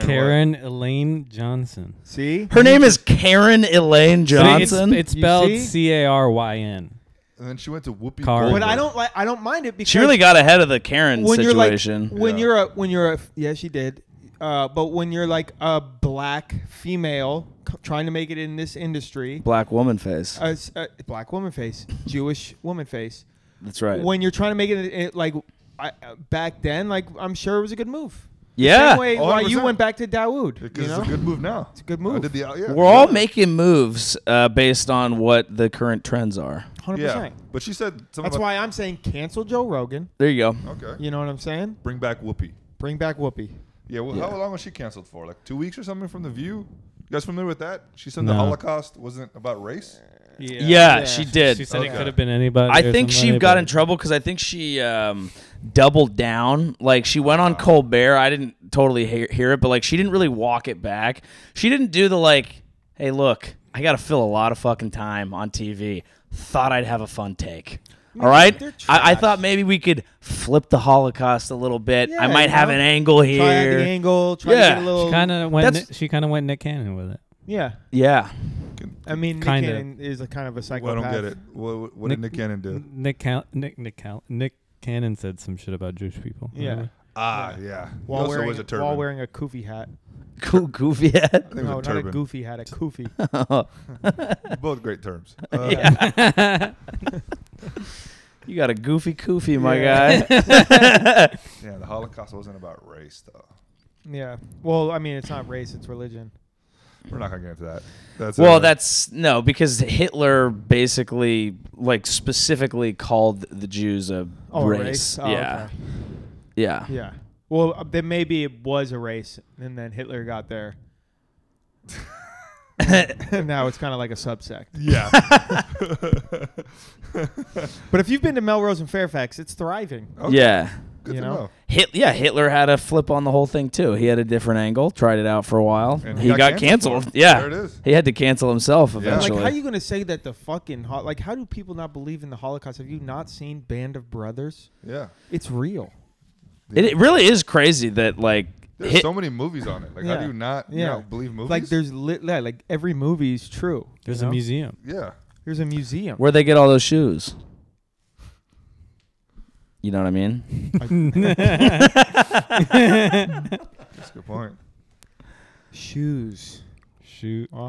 S1: Karen
S3: Karen.
S1: Elaine Johnson.
S4: See,
S2: Her name is Karen Elaine Johnson.
S1: It's, it's
S4: You
S1: spelled
S4: see?
S1: C A R Y N.
S3: And then she went to Whoopi.
S1: Car.
S3: Goldberg.
S4: but I don't like. I don't mind it because
S2: She really got ahead of the Karen
S4: when
S2: situation.
S4: you're like when
S3: Yeah.
S4: you're a when you're a yeah she did uh, but when you're like a black female c- trying to make it in this industry
S2: Black woman face.
S4: a, s- a black woman face jewish woman face
S2: That's right.
S4: when you're trying to make it, it like I, uh, back then like i'm sure it was a good move
S2: yeah.
S4: same way why you
S3: 100%.
S4: went back to dawood
S3: Because
S4: you know?
S3: it's a good move now. It's
S4: a good move.
S3: I did the, uh, yeah.
S2: We're all making moves uh, based on what the current trends are.
S4: 100%
S3: Yeah. But she said something.
S4: that's
S3: about,
S4: why i'm saying cancel joe rogan
S2: There you go.
S3: Okay.
S4: you know what i'm saying
S3: Bring back Whoopi.
S4: bring back whoopi
S3: Yeah, well, how long was she canceled for? Like two weeks or something from The View? You guys familiar with that? She said the
S1: No.
S3: Holocaust wasn't about race?
S2: Yeah,
S4: Yeah.
S2: she did.
S1: She said
S3: Okay.
S1: it could have been anybody.
S2: I
S1: or
S2: think she
S1: somebody,
S2: got
S1: but-
S2: in trouble because I think she um, doubled down. Like she went on Colbert. I didn't totally hear, hear it, but like she didn't really walk it back. She didn't do the like, hey, look, I got to fill a lot of fucking time on TV. Thought I'd have a fun take. All right,
S4: they're
S2: I, I
S4: trash.
S2: thought maybe we could flip the Holocaust a little bit.
S4: Yeah,
S2: I might
S4: you
S2: have
S4: know,
S2: an angle here.
S4: try out the angle try
S2: Yeah.
S4: to get a little
S1: She kind of went.
S2: That's-
S1: Nick, she kind of went Nick Cannon with it.
S4: yeah
S2: Yeah. [LAUGHS]
S4: I mean, Nick
S1: Kinda.
S4: Cannon is a kind of a
S3: Well, I
S4: psychopath.
S3: don't get it. What, what did Nick
S1: Nick-
S3: Cannon do?
S1: Nick Cal- Nick Nick Cal- Nick Cannon said some shit about Jewish people.
S4: Yeah.
S1: Remember?
S3: Ah, yeah.
S4: While
S3: he also
S4: wearing,
S3: was a turban.
S4: while wearing a koofy hat.
S2: Cool, goofy
S3: I
S2: head.
S3: think it
S4: no,
S3: was a
S4: not a
S3: turban.
S4: goofy
S3: [LAUGHS]
S4: hat, a koofy.
S3: Both great
S4: [LAUGHS]
S3: terms. Uh, [LAUGHS]
S2: You got a goofy koofy, my
S4: Yeah.
S2: guy.
S3: yeah, the Holocaust wasn't about race, though.
S4: yeah. Well, I mean, it's not race; it's religion.
S3: We're not gonna get into that. That's
S2: well,
S3: uh,
S2: that's no, because Hitler basically, like, specifically called the Jews a
S4: Oh,
S2: race.
S4: race. Oh,
S2: yeah.
S4: okay.
S2: yeah,
S4: Yeah. Well, uh, then maybe it was a race, and then Hitler got there. [LAUGHS] and now it's kind of like a subsect.
S3: [LAUGHS]
S4: [LAUGHS]
S3: yeah.
S4: But if you've been to Melrose and Fairfax, it's thriving.
S3: Okay,
S2: yeah.
S3: Good
S4: You
S3: to
S4: know?
S3: know.
S2: Hit, yeah, Hitler had a flip on the whole thing too. He had a different angle, tried it out for a while.
S3: And
S2: he, got, canceled.
S3: for it.
S2: Yeah,
S3: There it is.
S2: he had to cancel himself
S3: Yeah.
S2: eventually.
S4: Like, how you gonna say that the fucking hol- like? How do people not believe in the Holocaust? Have you not seen Band of Brothers?
S3: Yeah.
S4: It's real.
S2: it, it really is crazy that like
S3: There's
S2: Hit-
S3: so many movies on it. Like, how
S4: Yeah.
S3: do you not, you
S4: Yeah.
S3: not believe movies?
S4: Like, there's lit. yeah, Like, every movie is true. you
S1: There's
S4: know?
S1: a museum.
S3: yeah.
S4: There's a museum.
S2: where they get all those shoes. You know what I mean?
S3: That's a good point.
S4: Shoes. [LAUGHS] Ah.
S1: Shoot.
S4: Oh.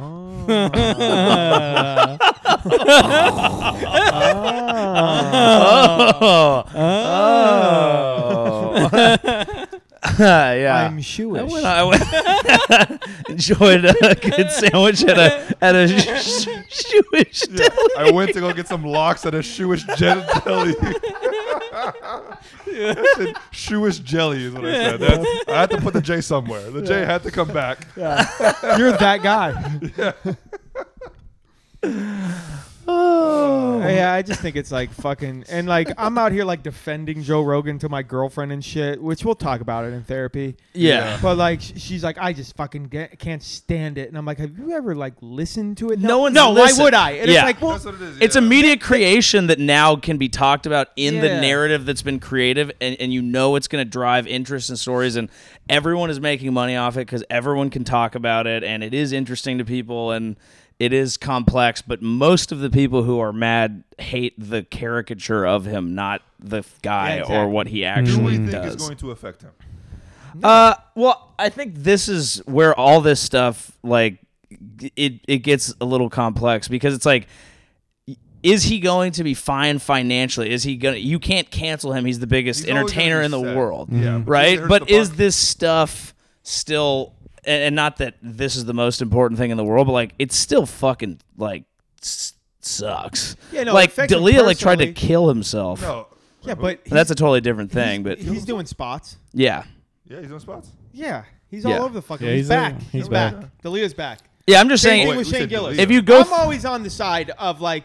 S2: Oh, oh. yeah.
S4: Ah. I'm shoeish.
S2: I went. I went enjoyed a good sandwich at a at
S4: [LAUGHS]
S2: a [LAUGHS] sh- Jewish
S3: Yeah.
S2: deli.
S3: I went to go get some locks at a shoeish [LAUGHS] jelly. deli. I said shoeish jelly is what I said. That's, I had to put the J somewhere. The J had to come back.
S4: You're that guy.
S2: Oh.
S4: yeah, I just think it's like fucking and like I'm out here like defending Joe Rogan to my girlfriend and shit, which we'll talk about it in therapy.
S2: Yeah.
S4: But like sh- she's like, I just fucking get, can't stand it, and I'm like, have you ever like listened to it?
S2: No one's
S4: No,
S2: listened.
S4: why would I? And
S2: Yeah.
S4: it's like, well,
S3: That's what it is.
S2: It's
S3: yeah.
S2: a media creation that now can be talked about in the
S4: Yeah.
S2: narrative that's been creative, and, and you know it's going to drive interest and stories, and everyone is making money off it because everyone can talk about it, and it is interesting to people, and it is complex. But most of the people who are mad hate the caricature of him, not the guy
S4: Yeah, exactly.
S2: or what he
S3: Do we
S2: actually
S3: think
S2: does.
S3: it's going to affect him?
S2: Uh, well, I think this is where all this stuff like it it gets a little complex because it's like is he going to be fine financially? Is he going to you can't cancel him. He's the biggest
S3: He's always gonna
S2: entertainer
S3: be
S2: in the
S3: sad.
S2: world. Mm-hmm.
S3: Yeah, but
S2: Right?
S3: there's
S2: But
S3: the
S2: is
S3: buck.
S2: this stuff still and, and not that this is the most important thing in the world, but like it's still fucking like s- sucks.
S4: Yeah, no, it
S2: like
S4: affects him
S2: Dalia like tried to
S4: personally.
S2: kill himself.
S3: No.
S4: yeah, but
S2: And that's a totally different thing, but
S4: he's, he's doing spots.
S2: yeah.
S3: Yeah, he's on spots.
S4: Yeah, he's
S2: Yeah.
S4: all over the fucking.
S1: Yeah,
S4: he's,
S1: he's
S4: back.
S1: over-
S4: he's
S1: he's
S4: back.
S1: back.
S4: Dalia's back.
S2: Yeah, I'm just
S4: Same
S2: saying
S4: thing
S3: Wait,
S4: with
S3: we
S4: Shane
S3: said
S4: Gillis.
S3: Dalia.
S2: if you go
S4: I'm always on the side of like,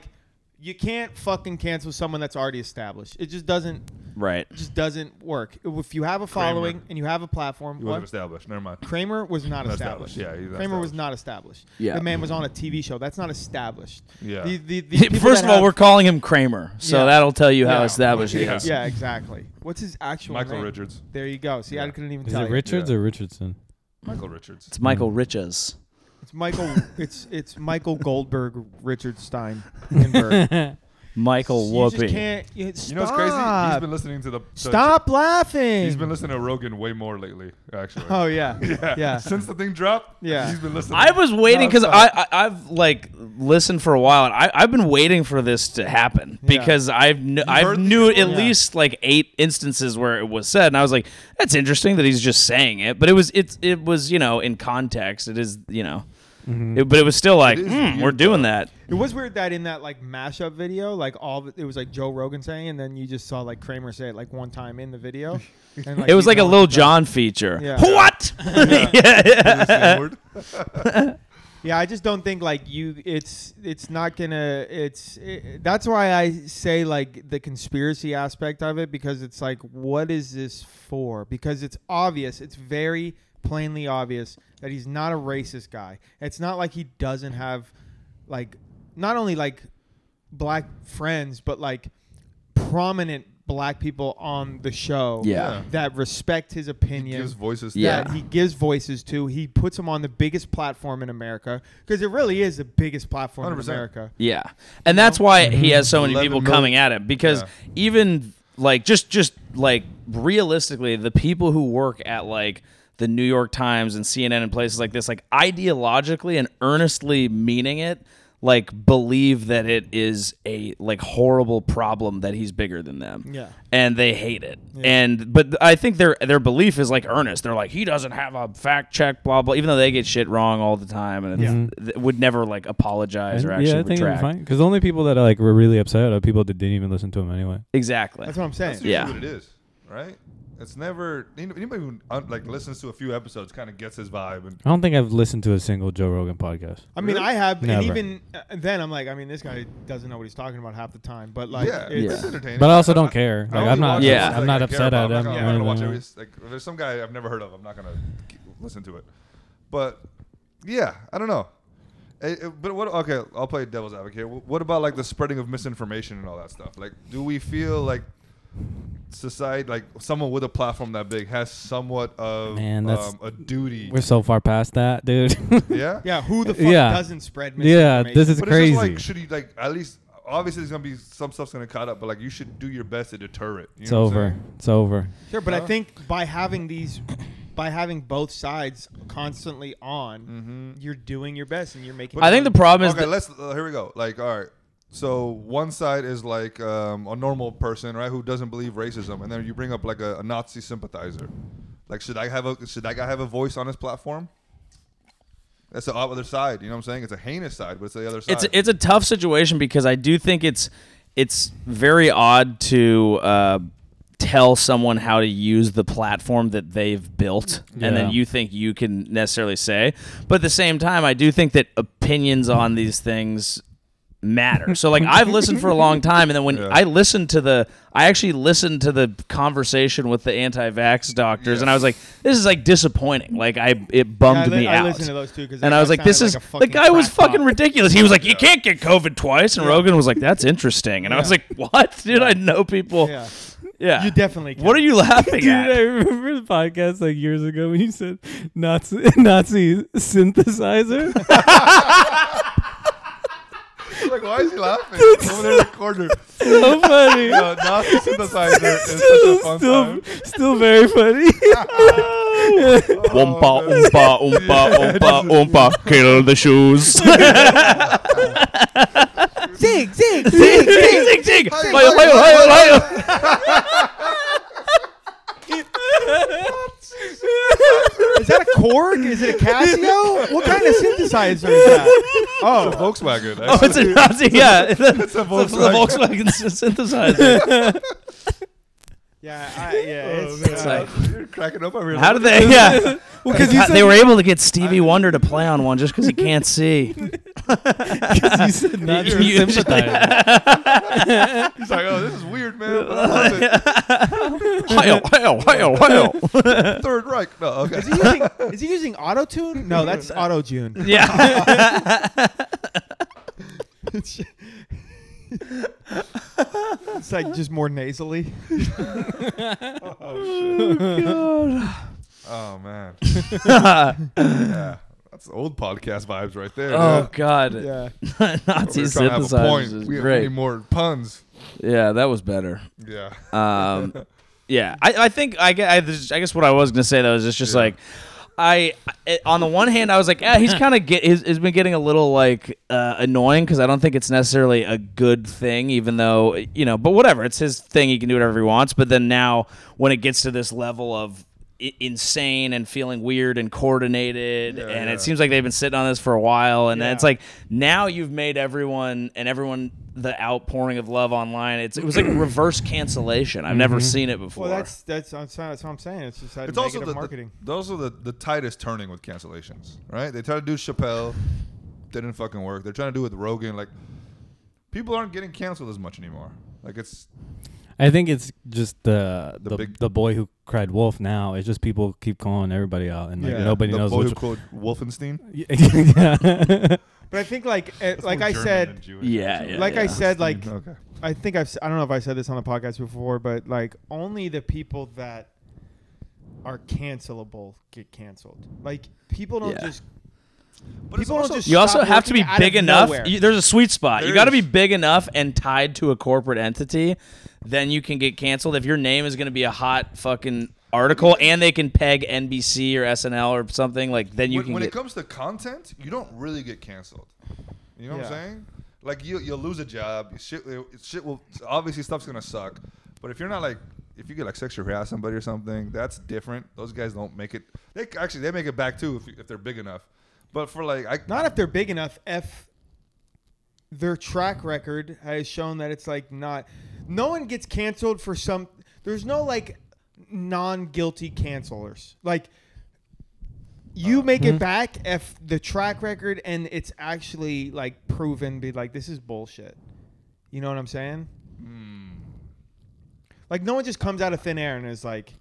S4: you can't fucking cancel someone that's already established. It just doesn't
S2: right.
S4: just doesn't work. If you have a following and you have a platform,
S3: He wasn't
S4: what?
S3: established. Never mind.
S4: Kramer was not,
S3: Not
S4: established.
S3: established. Yeah, he's not
S4: Kramer was not established.
S2: Yeah.
S4: the man was on a TV show. That's not established.
S3: Yeah.
S4: The, the, the people
S2: [LAUGHS] First
S4: that
S2: of all,
S4: have-
S2: we're calling him Kramer, so
S4: Yeah.
S2: that'll tell you how
S4: Yeah.
S2: established he
S3: Yeah.
S2: is.
S4: yeah, exactly. What's his actual
S3: Michael
S4: name?
S3: Richards.
S4: There you go. See, I
S3: Yeah.
S4: couldn't even
S1: Is
S4: tell.
S1: it
S4: you.
S1: Richards
S3: Yeah.
S1: or Richardson?
S3: Michael Richards.
S2: It's Michael Riches.
S4: It's Michael.
S2: [LAUGHS]
S4: it's it's Michael Goldberg, Richard Stein, Enberg.
S2: Michael
S4: You just
S2: Whoopi.
S4: can't. You, stop.
S3: You know what's crazy? He's been listening to the to-
S4: stop laughing.
S3: He's been listening to Rogan way more lately, actually.
S4: Oh yeah.
S3: [LAUGHS] yeah.
S4: yeah.
S3: Since the thing dropped,
S4: Yeah.
S3: he's been listening.
S2: I was waiting because
S3: No,
S2: I, I I've like listened for a while, and I I've been waiting for this to happen
S4: Yeah.
S2: because I've kn- I've
S3: heard these
S2: knew at
S4: Yeah.
S2: least like eight instances where it was said, and I was like, that's interesting that he's just saying it, but it was it's it was you know in context, it is you know,
S4: Mm-hmm.
S2: It- but it was still like
S3: is
S2: "Hmm, we're
S3: weird,
S2: doing that.
S4: It was weird that in that like mashup video, like all the, it was like Joe Rogan saying, and then you just saw like Kramer say it like one time in the
S2: [LAUGHS]
S4: video. And,
S2: It was
S4: you
S2: like a
S4: know,
S2: Lil John feature.
S4: Yeah.
S2: What? [LAUGHS] yeah, yeah.
S3: Inward.
S4: Yeah, I just don't think like you. It's it's not gonna. It's it, that's why I say like the conspiracy aspect of it because it's like what is this for? Because it's obvious. It's very plainly obvious that he's not a racist guy. It's not like he doesn't have like not only like black friends but like prominent black people on the show
S2: Yeah.
S4: that respect his opinion
S3: Gives voices. to-
S2: Yeah.
S4: that he gives voices to. He puts them on the biggest platform in America because it really is the biggest platform in
S3: 100%.
S4: America.
S2: Yeah, and that's why he has so many
S3: 11
S2: people
S3: million.
S2: coming at him because
S3: Yeah.
S2: even like just just like realistically, the people who work at like the New York Times and CNN and places like this, like ideologically and earnestly meaning it, like believe that it is a like horrible problem that he's bigger than them.
S4: Yeah.
S2: and they hate it. And but I think their their belief is like earnest. They're like he doesn't have a fact check, blah blah. Even though they get shit wrong all the time and it's, th- would never like apologize or actually
S1: yeah, I think it'd be
S2: retract.
S1: fine. Because the only people that like were really upset are people that didn't even listen to him anyway.
S2: Exactly.
S4: That's what I'm saying.
S3: That's usually
S2: Yeah.
S3: what it is, right? It's never any- anybody who uh, like listens to a few episodes kind of gets his vibe. And
S1: I don't think I've listened to a single Joe Rogan podcast.
S4: I mean, I have,
S1: Never.
S4: and even uh, then, I'm like, I mean, this guy doesn't know what he's talking about half the time. But like,
S3: yeah,
S4: it's-
S3: it's entertaining.
S1: But I also don't care. Like
S3: only
S1: I'm not.
S3: watch
S2: Yeah.
S3: things that
S1: I'm not
S3: I care
S1: upset
S3: about.
S1: at
S3: I'm
S1: him.
S3: not gonna-
S1: or
S3: I'm not gonna watch
S1: anything.
S3: every like. if There's some guy I've never heard of. I'm not gonna k- listen to it. But yeah, I don't know. Eh, eh, but what? Okay, I'll play devil's advocate. Wh- What about like the spreading of misinformation and all that stuff? Like, do we feel like society, like someone with a platform that big, has somewhat of
S1: Man, that's-
S3: um, a duty?
S1: We're so far past that, [LAUGHS] dude.
S3: yeah,
S4: yeah, who the fuck
S1: Yeah.
S4: doesn't spread
S1: yeah,
S4: misinformation?
S1: this is
S3: But
S1: crazy.
S3: it's just like, should you like at least? Obviously, there's gonna be some stuff's gonna caught up, but like you should do your best to deter it. You
S1: it's
S3: know what I'm
S1: over.
S3: saying?
S1: It's over.
S4: sure. But I
S3: Huh?
S4: think by having these, by having both sides constantly on,
S3: Mm-hmm.
S4: you're doing your best and you're making.
S2: I think the problem is
S3: okay,
S2: that-
S3: let's uh, here we go. Like, all right. So one side is like um, a normal person, right, who doesn't believe racism, and then you bring up like a, a Nazi sympathizer. Like, should I have a should that guy have a voice on his platform? That's the other side. You know what I'm saying? It's a heinous side, but it's the other side.
S2: it's it's a tough situation because I do think it's it's very odd to uh, tell someone how to use the platform that they've built, and then
S1: Yeah.
S2: you think you can necessarily say. But at the same time, I do think that opinions on these things matter. So like I've listened for
S4: [LAUGHS]
S2: a long time and then when
S3: Yeah.
S2: I listened to the I actually listened to the conversation with the anti-vax doctors and I was like this is like disappointing. Like I it
S4: Yeah, I
S2: bummed
S4: li-
S2: me
S4: I
S2: out.
S4: listened to those too, 'cause
S2: and
S4: that
S2: I was
S4: guy
S2: like this
S4: sounded like
S2: is
S4: a
S2: the
S4: fucking
S2: guy was
S4: crackpot.
S2: fucking ridiculous. He was like you can't get covid twice and Rogan was like that's interesting. And I was like what? [LAUGHS] Dude, I know people.
S4: Yeah.
S2: Yeah.
S4: You definitely can.
S2: What are you
S1: [LAUGHS]
S2: laughing
S1: Dude, I
S2: at?
S1: remember the podcast like years ago when you said Nazi [LAUGHS] Nazi synthesizer.
S3: [LAUGHS] like, why is he laughing? Over there in the
S2: [LAUGHS]
S3: corner.
S1: so
S3: [LAUGHS]
S1: funny.
S3: Yo, Nazi synthesizer is such a
S1: still, [LAUGHS]
S3: fun
S1: still,
S3: time.
S1: still very funny.
S4: [LAUGHS]
S2: Oompa,
S3: Oh,
S2: oompa, oompa, oompa, oompa, um, kill the shoes.
S4: zig zig
S2: [LAUGHS] Zing,
S4: zig.
S2: zing, zing.
S3: Hey,
S2: Why-
S3: hey,
S2: why-
S3: hey,
S2: why- why-
S4: Is that a Korg? Is it a Casio? What kind of synthesizer is that?
S3: Oh, it's a Volkswagen.
S2: [LAUGHS] Oh, it's a
S3: actually.
S2: Nazi. Yeah, it's a, [LAUGHS] it's
S3: a
S2: the Volkswagen s- [LAUGHS] synthesizer.
S4: [LAUGHS] Yeah, I, yeah.
S3: Oh,
S4: It's,
S2: It's
S4: uh,
S2: like,
S3: You're cracking up. I realize.
S2: how did they? Yeah,
S1: because you
S2: How-
S1: said
S2: they were able to get Stevie Wonder to play on one just because he can't see.
S1: you [LAUGHS] said Nazi
S2: You- you-
S1: synthesizer.
S3: He's like, oh, this is weird,
S2: [LAUGHS]
S3: man. But I love it.
S2: Wow, wow, wow, wow.
S3: Third Reich. No, okay.
S4: uh, is he using is he using auto tune? No,
S3: [LAUGHS]
S4: that's auto tune.
S2: Yeah, [LAUGHS]
S4: it's like just more nasally.
S3: Oh
S2: [LAUGHS]
S3: man. yeah. That's old podcast vibes right there.
S2: Oh
S3: dude.
S2: God,
S4: Yeah.
S2: Nazi
S3: We were trying to have a point.
S2: synthesizers is
S3: We
S2: great.
S3: need more puns.
S2: Yeah, that was better.
S3: Yeah.
S2: Um, yeah, I, I think I, gue- I, just- I guess what I was gonna say though is it's just
S3: Yeah.
S2: like I I- on the one hand I was like
S3: [LAUGHS]
S2: eh, he's kind of get he's, he's been getting a little like uh, annoying because I don't think it's necessarily a good thing even though you know but whatever it's his thing he can do whatever he wants but then now when it gets to this level of i- insane and feeling weird and coordinated and
S3: yeah.
S2: it seems like they've been sitting on this for a while and then
S4: Yeah.
S2: it's like now you've made everyone and everyone the outpouring of love online it's it
S3: [CLEARS THROAT]
S2: was like reverse cancellation i've
S3: Mm-hmm.
S2: never seen it before
S4: Well, that's that's that's what I'm saying. It's just that
S3: It's also
S4: negative
S3: the,
S4: marketing.
S3: The, also the the tide is turning with cancellations, right? They tried to do Chappelle, didn't fucking work. They're trying to do it with Rogan. Like, people aren't getting canceled as much anymore. Like it's
S1: [LAUGHS] I think it's just the
S3: The
S1: the, the,
S3: big-
S1: boy who cried wolf. Now it's just people keep calling everybody out, and like
S4: Yeah.
S1: nobody
S3: the
S1: knows
S3: boy
S1: which.
S3: who quote Wolfenstein.
S1: [LAUGHS] yeah.
S4: But I think like uh, like I
S3: German
S4: said
S3: and Jewish.
S2: yeah, yeah
S4: like I
S2: yeah.
S4: said like
S3: Okay.
S4: I think I've s- I don't know if I said this on the podcast before, but like only the people that are cancelable get canceled. Like people don't
S2: Yeah.
S4: just
S3: But it's
S4: People don't
S3: also-
S4: just-
S2: you also
S4: stop
S2: have to be
S4: working out
S2: big
S4: of
S2: enough
S4: nowhere.
S2: you, there's a sweet spot you
S3: There
S2: got to be
S3: is.
S2: big enough and tied to a corporate entity then you can get canceled if your name is going to be a hot fucking article and they can peg nbc or snl or something like then you
S3: when,
S2: can
S3: when
S2: get
S3: it comes to content, you don't really get canceled. You know what
S4: Yeah.
S3: I'm saying? Like you, you'll lose a job. Shit, shit will obviously stuff's gonna suck. But if you're not like, if you get like sexually harass somebody or something, that's different. Those guys don't make it. They c- actually they make it back too if, you- if they're big enough. But for like, I
S4: not if they're big enough if their track record has shown that it's like not no one gets canceled for some there's no like non-guilty cancelers. Like
S1: Uh,
S4: you make
S1: hmm.
S4: it back if the track record and it's actually like proven be like this is bullshit. You know what I'm saying?
S3: Hmm,
S4: Like no one just comes out of thin air and is like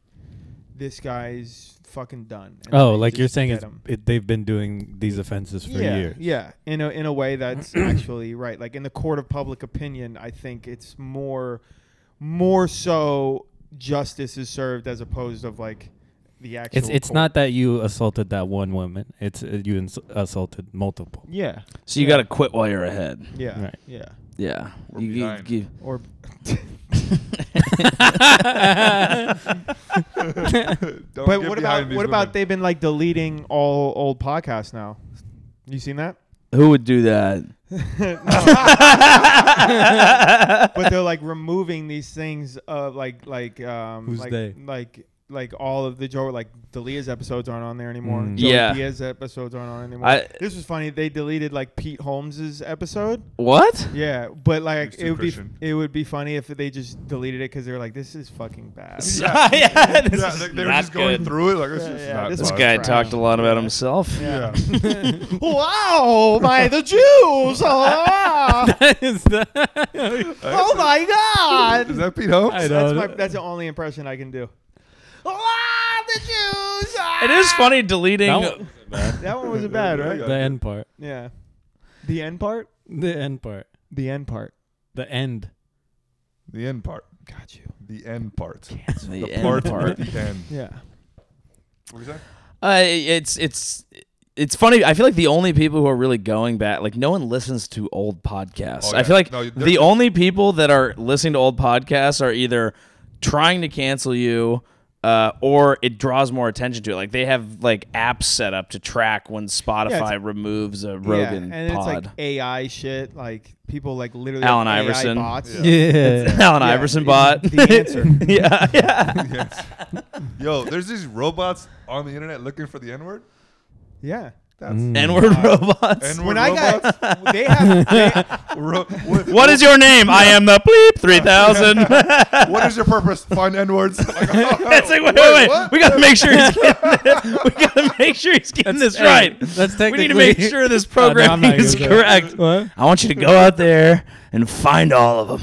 S4: this guy's fucking done. and
S1: Oh,
S4: they
S1: like you're
S4: just
S1: saying
S4: get
S1: it's,
S4: him.
S1: it, they've been doing these offenses for
S4: yeah,
S1: years.
S4: Yeah, in a in a way
S1: [CLEARS THROAT]
S4: that's actually right. Like in the court of public opinion, I think it's more more so justice is served as opposed of like the actual.
S1: It's it's
S4: court.
S1: not that you assaulted that one woman. It's uh, you ins- assaulted multiple. [LAUGHS]
S4: Yeah,
S2: So you got to quit while you're ahead.
S4: yeah,
S1: Right.
S4: yeah.
S2: Yeah.
S3: We're
S2: You- you-
S4: [LAUGHS]
S3: behind. [LAUGHS]
S2: [LAUGHS] you-
S4: Or
S1: [LAUGHS]
S3: Don't
S4: [LAUGHS] but
S3: get
S4: what
S3: behind
S4: about
S3: these
S4: what about
S3: women.
S4: they've
S3: [LAUGHS]
S4: been like deleting all old podcasts now? You seen that? [LAUGHS]
S2: who would do [LAUGHS] that?
S1: [LAUGHS]
S4: but they're like removing these things of like like um
S1: Who's
S4: like
S1: they?
S4: like like all of the Joe like Delia's episodes aren't on there anymore.
S1: Mm.
S4: Joey
S2: Yeah.
S4: Diaz episodes aren't on anymore.
S2: I-
S4: this was funny. They deleted like Pete Holmes's episode.
S2: What?
S4: Yeah, but like
S3: He's too
S4: it would
S3: Christian.
S4: be it would be funny if they just deleted it because they were like this is fucking
S2: [LAUGHS]
S4: bad. [LAUGHS]
S2: Yeah, this
S3: Yeah,
S2: is
S3: they, they were
S2: not
S3: just going
S2: good.
S3: through it like this
S4: Yeah,
S3: is
S4: yeah,
S3: not
S4: this
S2: This
S4: Fuck.
S3: fun.
S2: guy
S4: Right.
S2: talked a lot about himself.
S4: [LAUGHS]
S3: Yeah.
S4: wow, by the Jews! [LAUGHS] Oh,
S1: That is the-
S4: oh my God!
S3: Is that Pete Holmes?
S1: I
S4: That's
S1: don't-
S4: my, that's the only impression I can do. [LAUGHS] Ah, the Jews! Ah!
S2: It is funny deleting.
S1: That one-
S4: That one wasn't
S2: [LAUGHS]
S4: bad,
S3: Yeah,
S4: right?
S1: the end part.
S4: Yeah. The end part.
S1: The end part.
S4: The end part.
S1: The end.
S3: The end part.
S4: Got you.
S3: The end part.
S2: the
S3: The
S2: end
S3: part.
S2: [LAUGHS] part.
S3: with The end.
S4: Yeah.
S3: What was that?
S2: Uh, it's it's it's funny. I feel like the only people who are really going back, like no one listens to old podcasts.
S3: Oh,
S2: I
S3: yeah.
S2: feel like
S3: No, they're-
S2: the only people that are listening to old podcasts are either trying to cancel you. Uh, or it draws more attention to it. Like they have like apps set up to track when Spotify removes a Rogan
S4: yeah. And
S2: pod.
S4: it's like AI shit. Like people like literally.
S2: Allen
S4: have AI
S2: Iverson.
S4: Bots.
S1: Yeah.
S3: Yeah.
S2: [LAUGHS] Alan
S4: Yeah,
S2: Iverson
S4: the-
S2: bot. [LAUGHS]
S4: the answer.
S2: yeah, yeah.
S4: [LAUGHS]
S3: Yes. Yo, there's these robots on the internet looking for the N word.
S4: Yeah.
S3: That's
S4: Mm.
S2: N-word robots.
S3: N-word
S4: When I
S3: robots.
S4: got, [LAUGHS] they
S2: [LAUGHS]
S4: have. They,
S3: Ro- what,
S2: What is your name? I am the
S4: [LAUGHS]
S2: bleep three thousand.
S3: what is your purpose? Find uh, N words. [LAUGHS]
S2: it's like Oh, wait, wait, wait. We gotta make
S1: [LAUGHS]
S2: sure he's getting this. We gotta make sure he's getting this right.
S1: That's
S2: We need to make
S1: technically- [LAUGHS]
S2: sure this
S1: Oh, no, I'm
S2: programming
S1: not
S2: is
S1: gonna do that.
S2: correct.
S1: What?
S2: I want you to go out there and find all of them.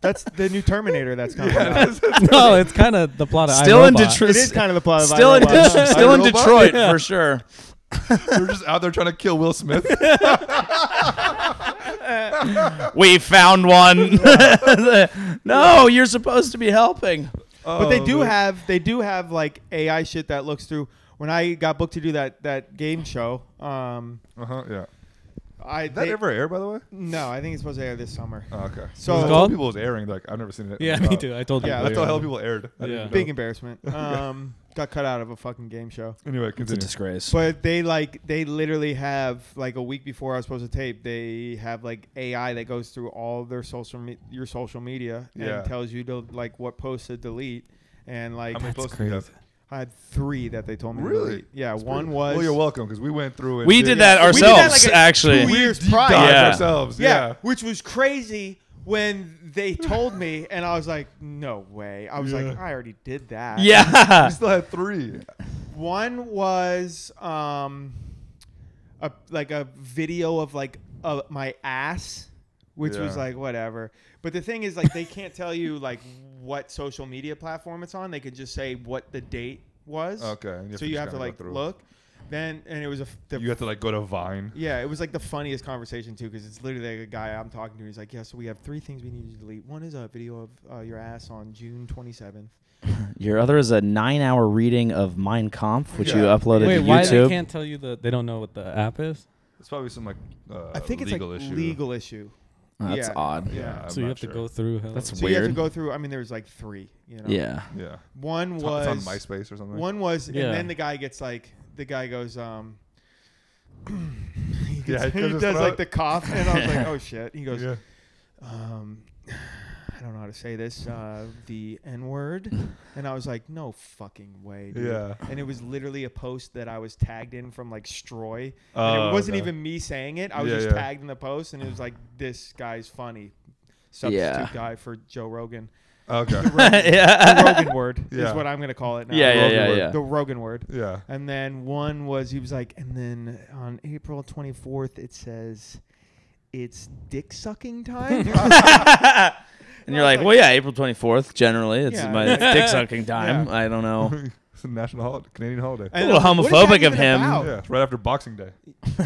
S4: that's the new Terminator. That's coming. out.
S1: [LAUGHS] No, it's kind of the plot of
S2: Still in
S1: iRobot.
S2: Detroit.
S4: It is kind of the plot of
S2: Still in,
S4: iRobot.
S2: still in
S3: iRobot?
S2: Detroit
S1: Yeah.
S2: for sure.
S3: They're just out there trying to kill Will Smith.
S2: We found one. [LAUGHS] no, you're supposed to be helping.
S4: [LAUGHS] but they
S2: Oh,
S3: Oh,
S4: do have they do have like AI shit that looks through. When I got booked to do that that game show, um,
S3: Uh huh. Yeah.
S4: I
S3: Did that
S4: they-
S3: ever air, by the way?
S4: no, I think it's supposed to air this summer.
S3: Oh, okay.
S4: So-
S3: I
S1: Called?
S3: told people it was airing. Like I've never seen it.
S1: Yeah,
S3: Uh,
S1: me too. I told you.
S4: Yeah,
S3: I
S1: earlier.
S3: thought hell people aired. I
S1: Yeah.
S3: didn't
S4: Big
S3: know. [LAUGHS]
S4: embarrassment. Um, got cut out of a fucking game show.
S3: Anyway,
S2: It's a
S3: continue.
S2: disgrace.
S4: But they like they literally have like a week before I was supposed to tape. They have like AI that goes through all their social me- your social media
S3: Yeah.
S4: and tells you to like what posts to delete. And like
S3: How many
S1: That's
S3: posts do you have?
S1: crazy.
S4: I had three that they told me. to
S3: Really?
S4: delete. Yeah.
S3: That's
S4: one
S3: pretty-
S4: was.
S3: Well, you're welcome because we went through and
S2: we did that
S4: We did that,
S2: ourselves,
S4: like, a-
S2: actually.
S4: two
S3: We
S4: years
S3: deep
S4: prior.
S3: dived
S2: Yeah.
S3: ourselves.
S4: yeah,
S3: Yeah.
S4: which was crazy when they told me, and I was like, "No way!" I was like,
S3: Yeah.
S4: "I already did that."
S2: Yeah.
S3: We still had three.
S4: One was um, a like a video of like uh, my ass, which was
S3: Yeah.
S4: like whatever. But the thing is, like, they can't tell you like what social media platform it's on. They could just say what the date was.
S3: Okay, and you
S4: so
S3: have to
S4: you
S3: just
S4: have to
S3: kinda go
S4: like
S3: through.
S4: look. Then and it was a f- the
S3: You have to like go to Vine.
S4: Yeah, it was like the funniest conversation too, because it's literally like a guy I'm talking to. He's like, "Yeah, so we have three things we need you to delete. One is a video of uh, your ass on June 27th.
S2: Your other is a nine-hour reading of Mein Kampf, which you
S3: Yeah.
S2: uploaded
S1: Wait,
S2: to
S1: why they
S2: YouTube.
S1: can't tell you the? They don't know what the app is.
S3: It's probably some like uh,
S4: I think it's
S3: legal
S4: like
S3: issue.
S4: legal issue.
S2: Oh, that's
S4: Yeah.
S2: odd.
S4: Yeah.
S3: Yeah. I'm
S1: so you
S3: not
S1: have
S3: sure.
S1: to go through. Hell.
S2: That's
S4: So you have to
S2: Weird.
S4: go through. I mean, there's like three. You know.
S2: Yeah.
S3: Yeah.
S4: One
S3: It's
S4: was
S3: on- It's on MySpace or something.
S4: One was,
S1: Yeah.
S4: and then the guy gets like, the guy goes, um,
S3: [LAUGHS]
S4: he,
S3: Yeah,
S4: gets-
S3: it
S4: [LAUGHS] he
S3: comes
S4: does
S3: his
S4: like
S3: throat.
S4: the cough, and I was like, oh shit. He goes,
S3: Yeah.
S4: um, [SIGHS] I don't know how to say this, uh, the N
S2: [LAUGHS]
S4: word. And I was like, no fucking way, dude.
S3: Yeah.
S4: And it was literally a post that I was tagged in from like Stroy. And
S3: Oh,
S4: it wasn't
S3: okay.
S4: even me saying it. I was
S3: Yeah,
S4: just
S3: yeah.
S4: tagged in the post, and it was like, this guy's funny. Substitute
S2: Yeah.
S4: guy for Joe Rogan.
S3: Oh, [LAUGHS] Okay.
S2: [LAUGHS] yeah.
S4: The Rogan word
S3: Yeah.
S4: is what I'm gonna call it now.
S2: Yeah, yeah,
S3: Rogan
S2: yeah,
S3: word.
S2: yeah.
S4: The Rogan word.
S3: yeah. [LAUGHS]
S4: And then one was he was like, and then on April 24th it says, it's dick sucking
S3: [LAUGHS]
S4: time.
S2: [LAUGHS] and you're like, well, yeah, April 24th, generally. It's
S4: Yeah. [LAUGHS]
S2: my dick sucking time.
S4: Yeah.
S2: I don't know. [LAUGHS]
S3: It's a national holiday, Canadian holiday.
S4: And
S2: A little
S4: I'm like,
S2: homophobic
S4: "What is that
S2: of
S4: even
S2: him."
S4: about?"
S3: Yeah, it's right after Boxing Day.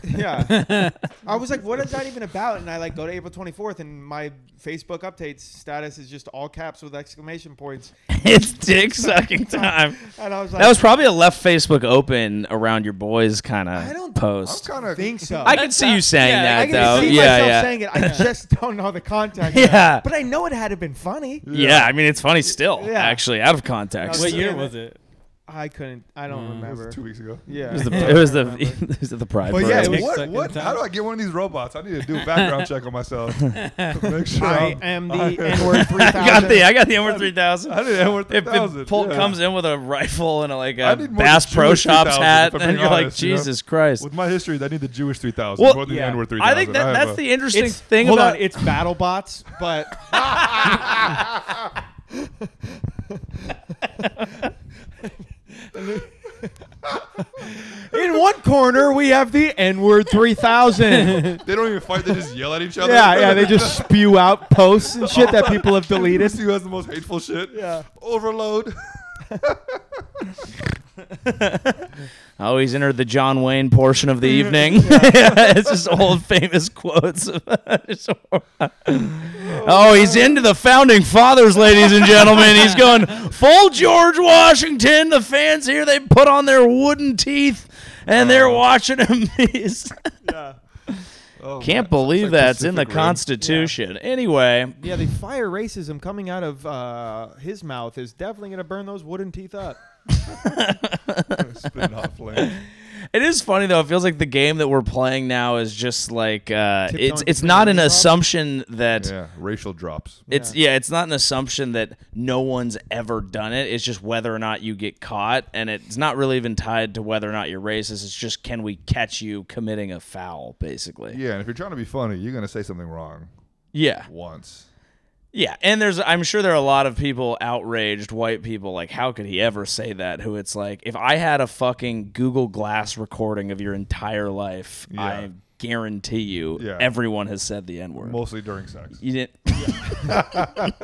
S4: Yeah.
S2: [LAUGHS]
S4: I was like, what is that even about? And I like go to April 24th and my Facebook updates status is just all caps with exclamation points.
S2: it's dick sucking time.
S4: And [LAUGHS] I was like,
S2: That was probably a left Facebook open around your boys kind
S4: I
S2: of
S4: don't-
S3: I'm
S2: post.
S3: kind of
S4: think so.
S2: I could see you saying
S1: yeah,
S2: that
S4: I
S2: though.
S4: can see
S2: yeah,
S4: myself
S2: yeah.
S4: saying it.
S2: [LAUGHS]
S4: I just don't know the context.
S2: Yeah.
S4: But I know it had to been funny.
S2: yeah, I mean it's funny still.
S4: Yeah.
S2: Actually, out of context.
S1: What
S4: Wait,
S1: year was it?
S4: I couldn't. I
S2: Mm.
S4: don't remember.
S3: two weeks ago.
S4: yeah.
S2: [LAUGHS] It
S3: [LAUGHS]
S2: was the it was the, [LAUGHS] it was the pride.
S3: But
S2: parade.
S3: yeah,
S1: Dick
S3: what,
S1: sucking
S3: what,
S1: time.
S3: how do I get one of these robots? I need to do a background check on
S2: [LAUGHS]
S3: myself. Make sure
S4: I
S3: I'm- [LAUGHS]
S4: am
S3: Oh. I-
S4: the N word 3000.
S2: I [LAUGHS] got the I got the N three thousand.
S3: I need an N-word
S2: If,
S3: 3000,
S2: if Polk
S3: yeah.
S2: comes in with a rifle and a, like
S3: I
S2: a
S3: need more
S2: Bass
S3: than
S2: Pro
S3: Jewish
S2: Shops
S3: 3000, if
S2: hat,
S3: I'm
S2: and
S3: being
S2: you're like,
S3: honest, you know?
S2: Jesus Christ.
S3: With my history, I need the Jewish 3000
S2: Well,
S3: more than
S4: yeah.
S3: the N-word 3000.
S2: I think that
S3: have
S2: that's
S3: a-
S2: the interesting
S4: It's-
S2: thing
S4: hold
S3: [LAUGHS]
S2: about
S4: on, it's battle bots, but in one corner we have the N-word 3000.
S1: [LAUGHS]
S3: They don't even fight. They just yell at each other.
S4: yeah,
S3: [LAUGHS]
S4: yeah, they just spew out posts and shit that people have
S3: Who
S4: deleted.
S3: see who has the most hateful shit?
S4: Yeah.
S3: Overload.
S2: Oh, he's entered the John Wayne portion of the [LAUGHS] evening. it's just old famous quotes. [LAUGHS] It's hor- oh, he's into the founding fathers, ladies and gentlemen. He's going full George Washington. The fans here, they put on their wooden teeth and they're watching him. [LAUGHS] He's-
S3: Oh,
S2: Can't
S3: man.
S2: believe
S3: It's like
S2: that's in the
S3: Pacific Rim.
S2: Constitution. Anyway,
S4: Yeah, the fire racism coming out of uh, his mouth is definitely going to burn those wooden teeth up.
S3: Spitting hot flame.
S2: It is funny though. It feels like the game that we're playing now is just like uh,
S4: Tiptoeing
S2: it's it's
S4: between
S2: not
S4: the
S2: an
S4: raindrops?
S2: assumption that
S3: Yeah, racial drops.
S2: It's yeah. it's not an assumption that no one's ever done it. It's just whether or not you get caught, and it's not really even tied to whether or not you're racist. It's just can we catch you committing a foul, basically.
S3: Yeah, and if you're trying to be funny, you're gonna say something wrong
S2: Yeah,
S3: once.
S2: yeah. And there's I'm sure there are a lot of people outraged, white people, like how could he ever say that? Who it's like if I had a fucking Google Glass recording of your entire life,
S3: Yeah.
S2: I guarantee you,
S3: Yeah.
S2: everyone has said the n word.
S3: Mostly during sex.
S2: [LAUGHS]
S3: [LAUGHS]
S2: you didn't. [LAUGHS]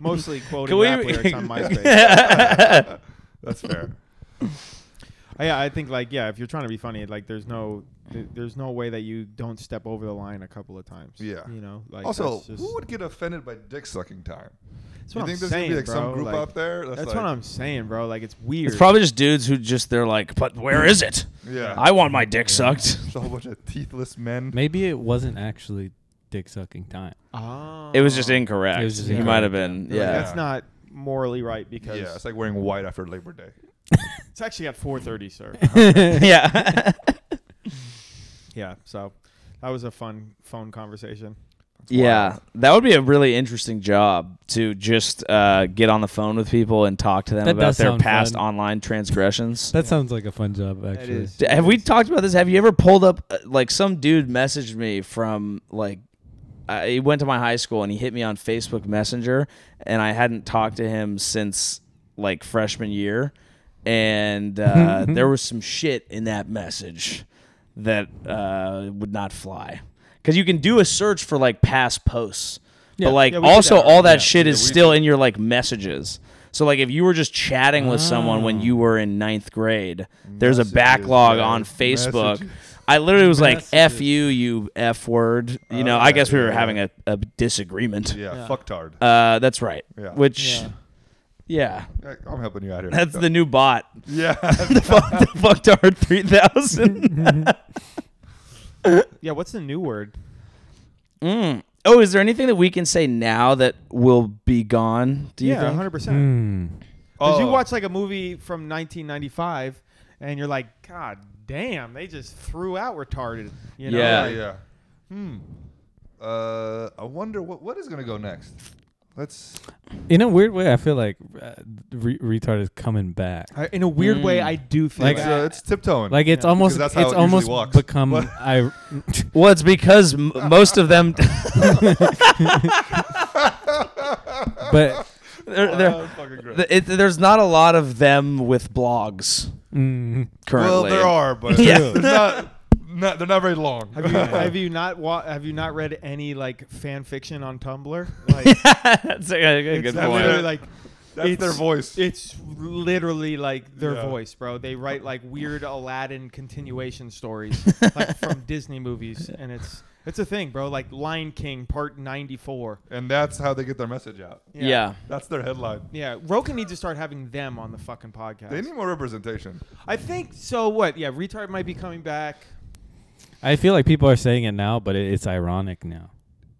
S4: Mostly quoting
S2: Can we-
S4: rap lyrics
S3: [LAUGHS]
S4: on MySpace.
S3: That's fair.
S4: I, I think like Uh, yeah, if you're trying to be funny, like there's no th- there's no way that you don't step over the line a couple of times.
S3: Yeah.
S4: you know. Like
S3: also,
S4: that's just,
S3: who would get offended by dick sucking time?
S4: that's
S3: you
S4: what I'm
S3: think there's
S4: saying,
S3: gonna be like some
S4: bro,
S3: group
S4: like,
S3: out there?
S4: That's,
S3: like,
S4: what I'm saying, bro. Like it's weird.
S2: It's probably just dudes who just they're like, but where is it?
S3: Yeah.
S2: I want my dick sucked.
S3: There's a whole bunch of teethless men.
S1: Maybe it wasn't actually dick
S4: [LAUGHS]
S1: sucking time.
S4: oh.
S2: It was just incorrect.
S1: It was just
S2: he
S1: incorrect,
S2: might have been.
S4: Like,
S2: Yeah.
S4: that's not morally right because
S3: Yeah, it's like wearing white after Labor Day.
S4: it's actually at 4:30,
S2: [LAUGHS]
S4: sir.
S2: yeah. [LAUGHS]
S4: yeah, so that was a fun phone conversation.
S2: yeah. That would be a really interesting job to just uh, get on the phone with people and talk to them
S1: That
S2: about
S1: does
S2: their
S1: sound
S2: past
S1: fun.
S2: online transgressions.
S1: That sounds like a fun job, actually.
S4: is.
S2: D- Have we talked about this? Have you ever pulled up uh, like some dude messaged me from like I he went to my high school and he hit me on Facebook Messenger and I hadn't talked to him since like freshman year
S4: [LAUGHS]
S2: and uh, there was some shit in that message that uh, would not fly because you can do a search for like past posts
S1: Yeah.
S2: but like
S4: Yeah, we did
S2: also
S4: that.
S2: all that
S4: Yeah.
S2: shit
S3: Yeah,
S2: is
S3: we
S2: still in your like messages so like if you were just chatting with someone when
S4: Ah.
S1: Oh.
S2: you were in ninth grade Mm. there's a
S3: Messages,
S2: backlog
S3: yeah.
S2: on Facebook.
S3: Messages.
S2: I literally was like, "F
S1: Messages.
S2: you, you f word." You know,
S3: Oh,
S2: I guess we were
S3: yeah.
S2: having a, a disagreement.
S3: Yeah,
S4: Yeah.
S3: fucktard.
S2: Uh, that's right.
S3: Yeah.
S2: Which, yeah.
S3: Yeah, I'm helping you out here.
S2: that's the new bot.
S3: [LAUGHS] yeah.
S2: the fuck, the fucked hard three thousand.
S4: Yeah, what's the new word?
S2: [LAUGHS] mm. Oh, is there anything that we can say now that will be gone? Do you
S4: yeah,
S2: think?
S4: 100%.
S2: Mm.
S4: Because
S1: Hmm.
S3: Oh.
S4: you watch like a movie from 1995 and you're like, God damn, they just threw out retarded. You know?
S2: Yeah.
S3: Yeah, yeah. Hmm. Uh, I wonder what what is gonna go next. Let's.
S1: In a weird way, I feel like uh, re- retard is coming back.
S4: I- in a weird way,
S2: Mm.
S4: I do feel
S1: Like,
S3: it's,
S4: that.
S3: uh, it's tiptoeing.
S1: Like it's
S4: Yeah.
S1: almost
S3: Because that's
S1: it's
S3: how it
S1: almost
S3: usually walks.
S1: become
S3: But-
S1: I. [LAUGHS]
S2: Well, it's because m- most of them.
S1: But
S2: [LAUGHS] They're-
S3: That
S2: they're-
S3: was fucking great.
S2: th- it, there's not a lot of them with blogs
S1: mm,
S2: currently.
S3: Well, there
S1: [LAUGHS]
S3: are, but
S2: Yeah.
S3: they're not, not they're not very long. [LAUGHS]
S4: Have
S2: [LAUGHS]
S4: you have you not wa- have you not read any like fan fiction on
S2: [LAUGHS]
S4: Tumblr? Like
S2: [LAUGHS] That's a, a
S4: it's
S2: good
S3: that
S2: point.
S4: literally
S3: point.
S4: like
S3: That's their
S4: it's-
S3: voice.
S4: It's literally like their
S3: Yeah.
S4: voice, bro. They write like weird Aladdin continuation stories
S3: [LAUGHS]
S4: like from Disney movies and it's it's a thing, bro. Like Lion King part 94.
S3: and that's how they get their message out.
S2: Yeah.
S3: That's their headline.
S4: Yeah, Roken needs to start having them on the fucking podcast.
S3: They need more representation.
S4: I think so. What? Yeah, retard might be coming back.
S1: I feel like people are saying it now, but it, it's ironic now.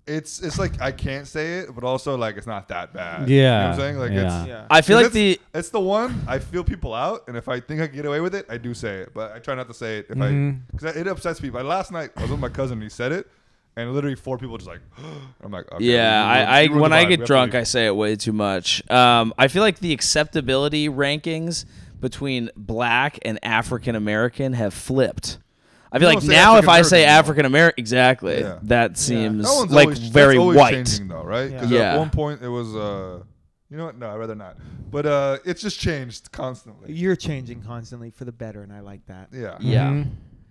S3: It's it's like I can't say it, but also like it's not that bad.
S1: Yeah,
S3: You know what I'm saying? Like
S1: yeah.
S3: it's
S4: Yeah,
S2: I feel like
S3: it's,
S2: the
S3: it's the one I feel people out, and if I think I can get away with it, I do say it. But I try not to say it if
S1: Mhm.
S2: Mm-hmm.
S3: I because it upsets people. Like, last night I was with my cousin and he said it, and literally four people just like, [GASPS] I'm like, okay,
S2: yeah,
S3: you ruined-
S2: I, I
S3: you ruined
S2: when
S3: the
S2: I
S3: vibe. We have
S2: get
S3: to
S2: drunk,
S3: leave.
S2: I say it way too much. Um, I feel like the acceptability rankings between black and African American have flipped. I feel
S3: You
S2: like
S3: don't say
S2: now if I say African
S3: African-American
S2: American, exactly,
S3: Yeah.
S2: that seems
S3: That one's
S2: like
S3: always,
S2: very
S3: that's always
S2: white.
S3: changing though, right? Because
S2: Yeah.
S3: at one point it was, uh, you know what? No, I'd rather not. But uh, it's just changed constantly.
S4: you're changing constantly for the better, and I like that.
S3: Yeah.
S2: Yeah.
S1: Mhm.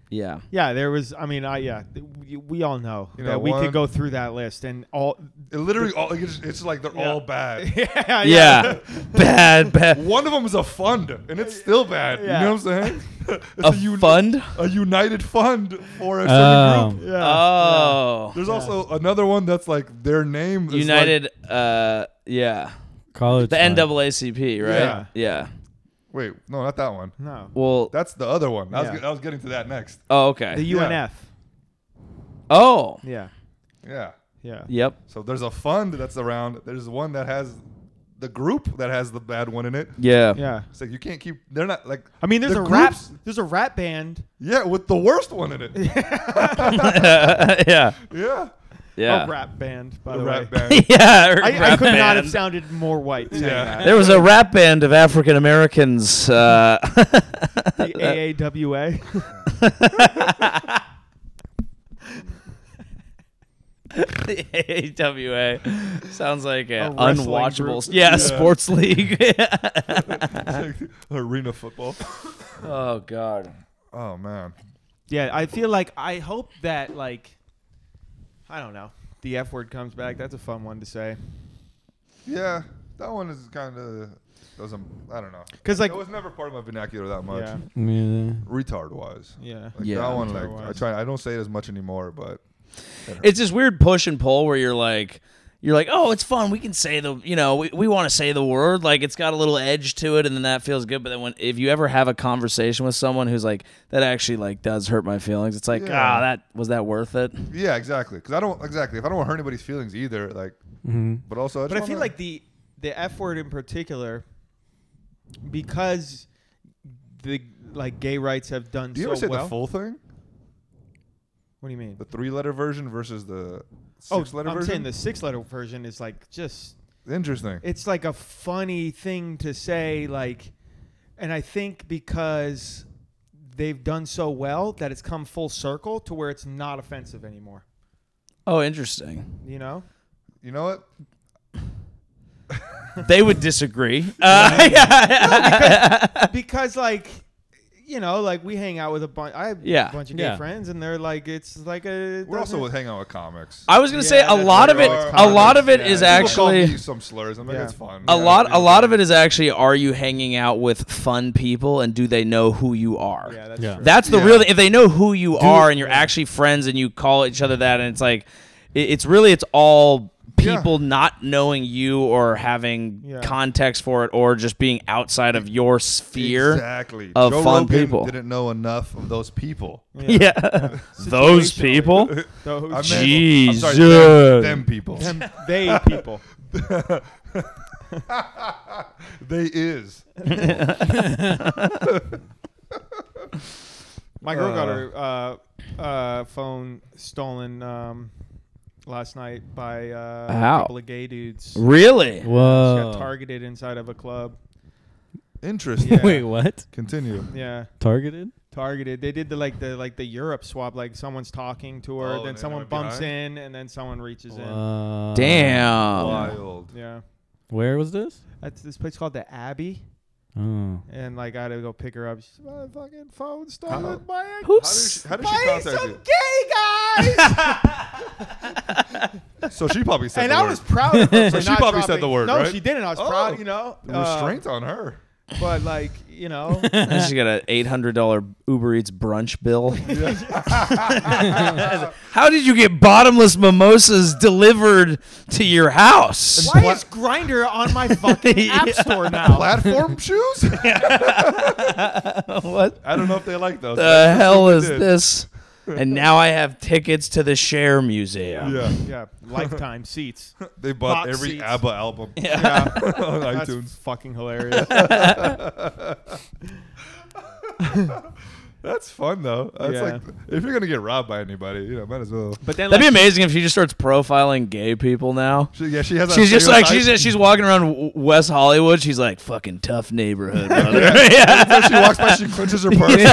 S2: Yeah.
S4: Yeah, there was. I mean, I yeah, th- we, we all know
S3: You
S4: that
S3: know,
S4: we
S3: one-
S4: could go through that list and all.
S3: It literally, all, it's, it's like they're all
S2: [LAUGHS]
S3: bad.
S4: [LAUGHS] yeah,
S2: Yeah. [LAUGHS] bad, bad.
S3: One of them is a fund, and it's still bad.
S4: Yeah.
S3: You know what I'm saying? It's
S2: A
S3: uni-
S2: fund?
S3: a united fund for a certain
S1: Oh.
S3: group.
S4: [LAUGHS] yeah.
S2: Oh.
S3: There's also another one that's like their name. Is
S2: United
S3: Like,
S2: uh yeah.
S1: College.
S2: The
S1: fund.
S2: NAACP, right?
S4: Yeah.
S2: yeah.
S3: wait, no, not that one.
S4: no,
S2: Well,
S3: That's the other one. I, was
S4: Yeah.
S3: was, I was getting to that next.
S2: oh okay.
S4: the UNF.
S2: oh.
S4: Yeah,
S3: Yeah.
S4: yeah,
S2: Yep.
S3: So there's a fund that's around. There's one that has the group that has the bad one in it.
S2: Yeah.
S4: yeah.
S3: It's like you can't keep. They're not like.
S4: I mean, there's
S3: the
S4: a rap.
S3: groups-
S4: There's a rap band.
S3: Yeah, with the worst one
S4: [LAUGHS]
S3: in it.
S2: [LAUGHS] yeah.
S3: yeah,
S2: Yeah.
S4: A rap band, by the
S3: the
S4: way.
S3: rap
S4: [LAUGHS]
S3: band.
S2: [LAUGHS] yeah. er,
S4: I,
S2: rap
S4: I could not have
S2: band.
S4: sounded more white. Saying
S3: Yeah.
S2: There was a rap band of African Americans. Uh,
S4: that. The
S2: [LAUGHS]
S4: AAWA.
S2: the AWA sounds like an
S4: A wrestling
S2: unwatchable,
S4: group.
S2: yeah,
S3: Yeah.
S2: sports league.
S3: [LAUGHS]
S2: [LAUGHS]
S3: It's like arena football. [LAUGHS]
S2: oh God.
S3: Oh man,
S4: [LAUGHS] Yeah, I feel like I hope that like I don't know. The F word comes back. That's a fun one to say.
S3: yeah, that one is kind of doesn't. I don't know.
S4: 'Cause, like-
S3: it was never part of my vernacular that much.
S4: Yeah.
S1: Yeah.
S3: Retard wise.
S4: Yeah.
S3: Like
S2: Yeah.
S3: that one, like I
S4: Retard-wise.
S3: try. I don't say it as much anymore, but
S2: It's this weird push and pull where you're like, you're like, oh, it's fun. We can say the, you know, we, we want to say the word. Like it's got a little edge to it, and then that feels good. But then when if you ever have a conversation with someone who's like, that actually like does hurt my feelings. It's like,
S3: Yeah.
S2: ah, that was that worth it?
S3: yeah, exactly. Because I don't exactly if I don't want to hurt anybody's feelings either. Like,
S1: Mm-hmm.
S3: but also, I just
S4: But I
S3: wanna-
S4: feel like the the F word in particular because the like gay rights have done
S3: Do you
S4: so
S3: ever say
S4: well.
S3: the full thing?
S4: what do you mean?
S3: The three letter version versus the
S4: Oh,
S3: six letter
S4: I'm
S3: version.
S4: saying the six letter version is like just
S3: Interesting.
S4: it's like a funny thing to say like and i think because they've done so well that it's come full circle to where it's not offensive anymore
S2: Oh, interesting.
S4: you know
S3: You know what?
S2: They would disagree. Uh, [LAUGHS]
S4: because like you know like we hang out with a bunch i have
S2: Yeah.
S4: a bunch of gay
S1: Yeah.
S4: friends and they're like it's like a
S3: We're also
S4: doesn't-
S3: with hang out with comics.
S2: I was gonna say a
S4: that's
S2: lot of
S4: true.
S2: it.
S4: It's
S2: A lot of it
S4: Yeah,
S2: is
S4: people
S3: People call me
S2: actually
S3: some slurs. I'm like,
S4: Yeah.
S3: it's fun.
S2: a
S3: Yeah,
S2: lot.
S3: we
S2: A
S3: do
S2: lot
S3: that.
S2: of it is actually are you hanging out with fun people and do they know who you are?
S4: yeah that's
S1: Yeah.
S4: true
S2: That's the
S3: Yeah.
S2: real. If they know who you are and you're actually friends and you call each other that, and it's like, it, it's really it's all
S3: Yeah.
S2: people not knowing you or having
S4: Yeah.
S2: context for it or just being outside of your sphere.
S3: exactly.
S2: of
S3: Joe
S2: fun
S3: Rogan
S2: people.
S3: Didn't know enough of those people.
S2: [LAUGHS] Yeah, those
S4: [LAUGHS] Situationally.
S2: people.
S4: Those-
S3: I meant- [LAUGHS] I'm sorry, them,
S1: Jesus.
S3: them people.
S4: them- they people
S3: [LAUGHS] They is.
S4: my girl got
S3: Uh.
S4: her uh, uh, phone stolen um, last night by uh,
S2: Ow.
S4: a couple of gay dudes
S2: Really?
S4: She got
S1: [LAUGHS] Whoa.
S4: targeted inside of a club.
S3: Interesting.
S1: Wait, what?
S3: Continue.
S4: Yeah,
S1: Targeted?
S4: targeted. They did the like the like the Europe swap. Like someone's talking to her,
S3: Oh, and
S4: then
S3: they
S4: someone
S3: went
S4: bumps
S3: behind?
S4: in, and then someone reaches in.
S1: Wow.
S2: Damn.
S3: Wild.
S4: Yeah,
S1: Where was this?
S4: That's this place called the Abbey,
S3: [LAUGHS]
S1: Oh.
S4: and like I had to go pick her up. She's my fucking phone stolen by a
S3: How did she, how did she
S4: by
S3: contact
S4: some
S3: you?
S4: gay guys.
S3: So she probably said
S4: and
S3: the
S4: I
S3: word.
S4: was proud of
S3: [LAUGHS]
S4: her.
S3: So
S4: for
S3: she
S4: not
S3: probably said
S4: dropping-
S3: the word,
S4: No,
S3: right?
S4: she didn't. I was
S3: Oh.
S4: proud, you know.
S3: The
S4: uh,
S3: restraint on her.
S4: but like, you know,
S2: And she got an eight hundred dollar Uber Eats brunch bill. [LAUGHS] How did you get bottomless mimosas delivered to your house?
S4: why is Grinder on my fucking app store now? [LAUGHS]
S3: Platform shoes? [LAUGHS]
S2: What
S3: I don't know if they like those.
S2: the
S3: [LAUGHS]
S2: hell
S3: they
S2: is
S3: did.
S2: this? And now I have tickets to the Share Museum.
S3: Yeah,
S4: Yeah, lifetime seats.
S3: they bought
S4: Box
S3: every
S4: seats.
S3: ABBA album [LAUGHS]
S4: Yeah, [LAUGHS]
S3: on
S4: that's
S3: iTunes.
S4: fucking hilarious.
S3: That's fun though. That's
S4: Yeah.
S3: like if you're gonna get robbed by anybody, you know, might as well.
S4: But then,
S2: That'd be
S4: like,
S2: amazing if she just starts profiling gay people now.
S3: She, yeah, she has. that
S2: She's just like she's
S3: stereotype.
S2: she's walking around W- West Hollywood. She's like fucking tough
S3: [LAUGHS]
S2: neighborhood. [LAUGHS] brother."
S3: So she walks by, she clenches her purse,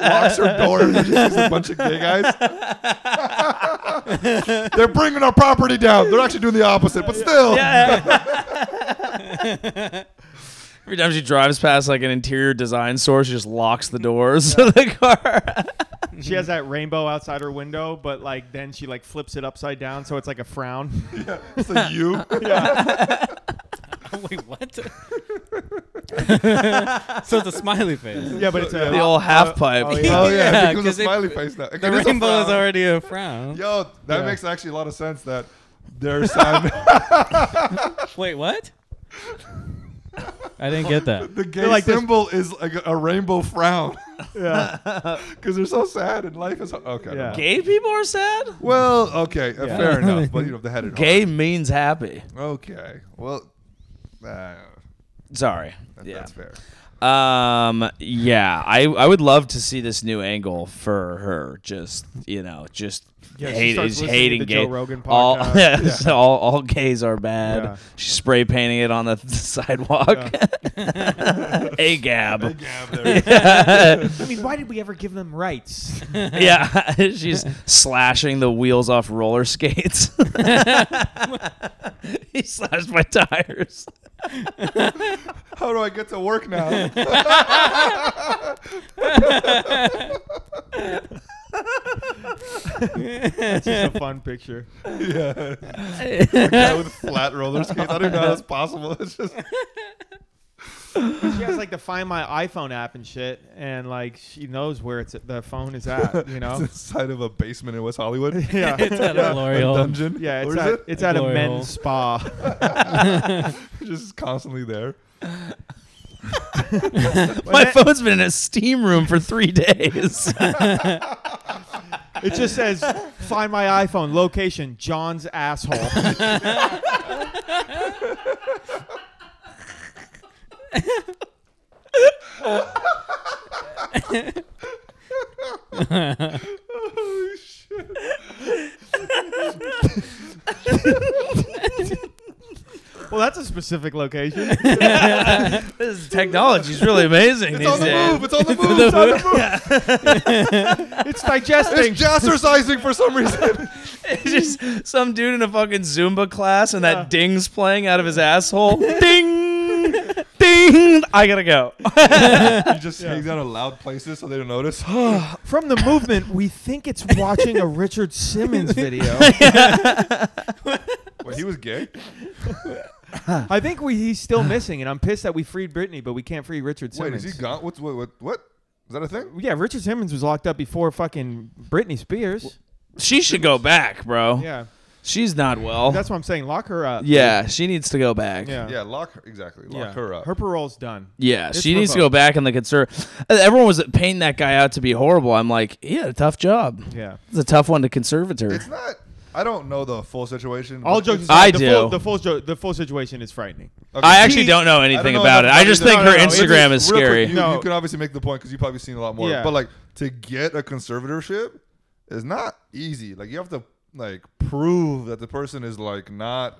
S3: locks her door, and she sees a bunch of gay guys. They're bringing our property down. They're actually doing the opposite, but still.
S2: Yeah. Every time she drives past like an interior design store, she just locks the doors [LAUGHS] of the car.
S4: she has that rainbow outside her window, but like then she like flips it upside down, so it's like a frown. [LAUGHS]
S3: It's like you.
S1: Wait, [LAUGHS] what? so it's a smiley face.
S4: yeah, but it's a,
S2: the old half pipe. [LAUGHS]
S3: Oh yeah,
S1: Yeah,
S3: it becomes a
S1: 'cause they-
S3: smiley face now. It
S1: The
S3: is a
S1: rainbow is
S3: frown.
S1: already a frown.
S3: Yo, that
S4: Yeah.
S3: makes actually a lot of sense. That their son,
S1: Wait, what? I didn't get that.
S3: the gay
S4: They're like this-
S3: symbol, is like a, a rainbow frown [LAUGHS]
S4: yeah,
S3: because they're so sad and life is okay.
S4: Yeah.
S3: Yeah.
S2: Gay people are sad.
S3: Well, okay, uh,
S4: Yeah.
S3: fair enough. But you know, they had it.
S2: Gay means happy.
S3: hard. Okay. Well, uh, that-
S2: Sorry. yeah.
S3: that's fair.
S2: Um. Yeah. I I would love to see this new angle for her. Just you know, just
S4: Yeah, she
S2: hate,
S4: starts
S2: is
S4: listening
S2: hating
S4: to the
S2: gay.
S4: Joe Rogan
S2: all, [LAUGHS]
S4: podcast.
S2: yeah, so all all gays are bad.
S4: Yeah.
S2: She's spray painting it on the [LAUGHS] sidewalk. [LAUGHS] A gab.
S3: Gab, there
S2: [LAUGHS]
S3: it is.
S4: I mean, why did we ever give them rights? [LAUGHS]
S2: yeah, [LAUGHS] she's slashing the wheels off roller skates. [LAUGHS] he slashed my tires.
S3: How do I get to work
S2: [LAUGHS]
S3: now?
S4: That's just a fun picture.
S3: yeah. A guy with flat roller skates. I don't even know how that's possible. It's just
S4: She has like to find my iPhone app and shit, and like she knows where it's the phone is at. You
S3: [LAUGHS]
S4: know?
S3: inside of a basement in West [LAUGHS] Hollywood.
S4: yeah,
S1: It's at a
S3: A
S1: L'Oreal.
S3: dungeon.
S4: yeah. It's
S3: Where
S4: at,
S3: is it?
S4: it's at a
S1: Glory hole.
S4: men's spa.
S3: just constantly there.
S2: My phone's been in a steam room for
S4: [LAUGHS]
S2: three days.
S4: It just says, "Find my iPhone location, John's asshole."
S3: Holy shit.
S4: well, that's a specific location.
S2: this technology is really amazing
S3: It's
S2: these
S3: on the
S2: days. [LAUGHS]
S3: move. It's on the move. It's on the move.
S4: It's digesting.
S3: It's jazzercising for some
S2: [LAUGHS]
S3: reason.
S2: It's just some dude in a fucking Zumba class and
S4: Yeah.
S2: that ding's playing out of his asshole. Ding! Ding! I gotta go.
S3: you just hang down in loud places so they don't notice. [GASPS] yeah,
S4: From the movement, we think it's watching a Richard Simmons video.
S3: Wait, he was gay?
S4: I think we he's
S2: [SIGHS]
S4: still missing, and I'm pissed that we freed Britney, but we can't free Richard
S3: Wait,
S4: Simmons.
S3: is he gone? What's, what, what, what? Is that a thing?
S4: Yeah, Richard Simmons was locked up before fucking Britney Spears.
S2: She should go back, bro.
S4: Yeah,
S2: She's not well.
S4: that's what I'm saying. Lock her up.
S2: yeah, she needs to go back.
S4: yeah,
S3: Yeah, lock her. Exactly. Lock
S4: Yeah.
S3: her up.
S4: Her parole's done.
S2: Yeah,
S4: It's
S2: she needs to go
S4: revoked.
S2: back in the conserve. Everyone was painting that guy out to be horrible. I'm like, he had a tough job.
S4: Yeah.
S2: It's a tough one to conservator.
S3: it's not. I don't know the full situation.
S4: All
S3: but
S4: jokes
S3: it's-
S4: aside, the
S2: I do.
S4: Full, the full jo- the full situation is frightening.
S3: okay.
S2: I actually
S4: She-
S2: don't know
S3: I don't
S2: anything
S3: know
S2: about it.
S3: enough
S2: I just
S3: about
S2: think
S3: it.
S2: her
S4: No, no, no, it's
S2: Instagram
S3: Real
S2: is
S3: quick,
S2: scary.
S3: you,
S4: No.
S3: you can obviously make the point because you've probably seen a lot more.
S4: Yeah.
S3: But like to get a conservatorship is not easy. Like you have to like prove that the person is like not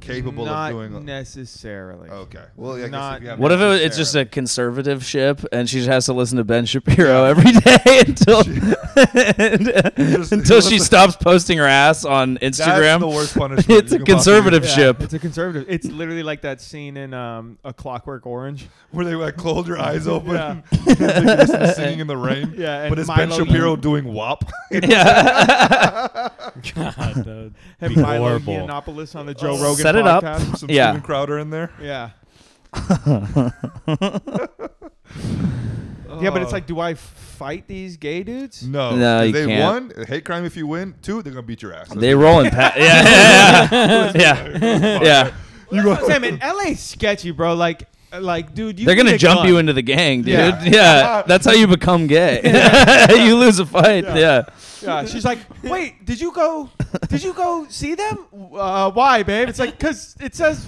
S3: capable
S4: Not
S3: of doing.
S4: necessarily.
S3: okay. Well, yeah, I guess
S4: Not-
S3: if you have
S2: What if it was,
S3: access
S2: it's
S3: [LAUGHS]
S2: just
S3: there.
S2: a conservative ship and she has to listen to Ben Shapiro every day [LAUGHS] until until she
S3: listen.
S2: stops posting her ass on Instagram? [LAUGHS]
S3: the worst punishment
S2: it's
S3: you
S2: a
S3: can possibly
S2: conservative
S4: Yeah,
S2: ship.
S4: It's a conservative. It's literally like that scene in um, A Clockwork
S3: [LAUGHS]
S4: Orange.
S3: where they like close your
S2: [LAUGHS]
S3: eyes open,
S4: [LAUGHS]
S3: [LAUGHS]
S4: Yeah.
S3: and they listen to singing in the rain.
S4: Yeah, and
S3: but it's Ben
S4: Milo-
S3: Shapiro
S4: [LAUGHS]
S3: doing WAP. [LAUGHS]
S2: Yeah.
S1: [LAUGHS] God, that would
S4: Have
S1: be
S4: Milo
S1: horrible. [LAUGHS]
S4: Yiannopoulos on the Joe
S2: Oh,
S4: Rogan
S2: set it up. [LAUGHS]
S4: podcast.
S3: Some
S2: Yeah.
S3: Steven Crowder in there.
S4: Yeah. Yeah,
S3: Oh.
S4: but it's like, do I fight these gay dudes?
S3: No,
S2: No,
S3: If
S2: you
S3: they
S2: can't.
S3: won. Hate crime. If you win, two, they're gonna beat your ass. That's [LAUGHS]
S2: they
S3: it.
S2: rolling past. [LAUGHS] Yeah. Yeah. Yeah. yeah.
S3: You
S4: That's what
S3: go.
S4: I'm saying, man. LA's sketchy, bro. Like, like, dude, you
S2: They're
S4: need
S2: gonna
S4: a
S2: jump
S4: gun.
S2: you into the gang, dude.
S4: Yeah.
S2: Yeah, that's how you become gay. [LAUGHS] you lose a fight. Yeah,
S4: Yeah, she's like, wait, did you go? Did you go see them? Uh, why, babe? It's like, cause it says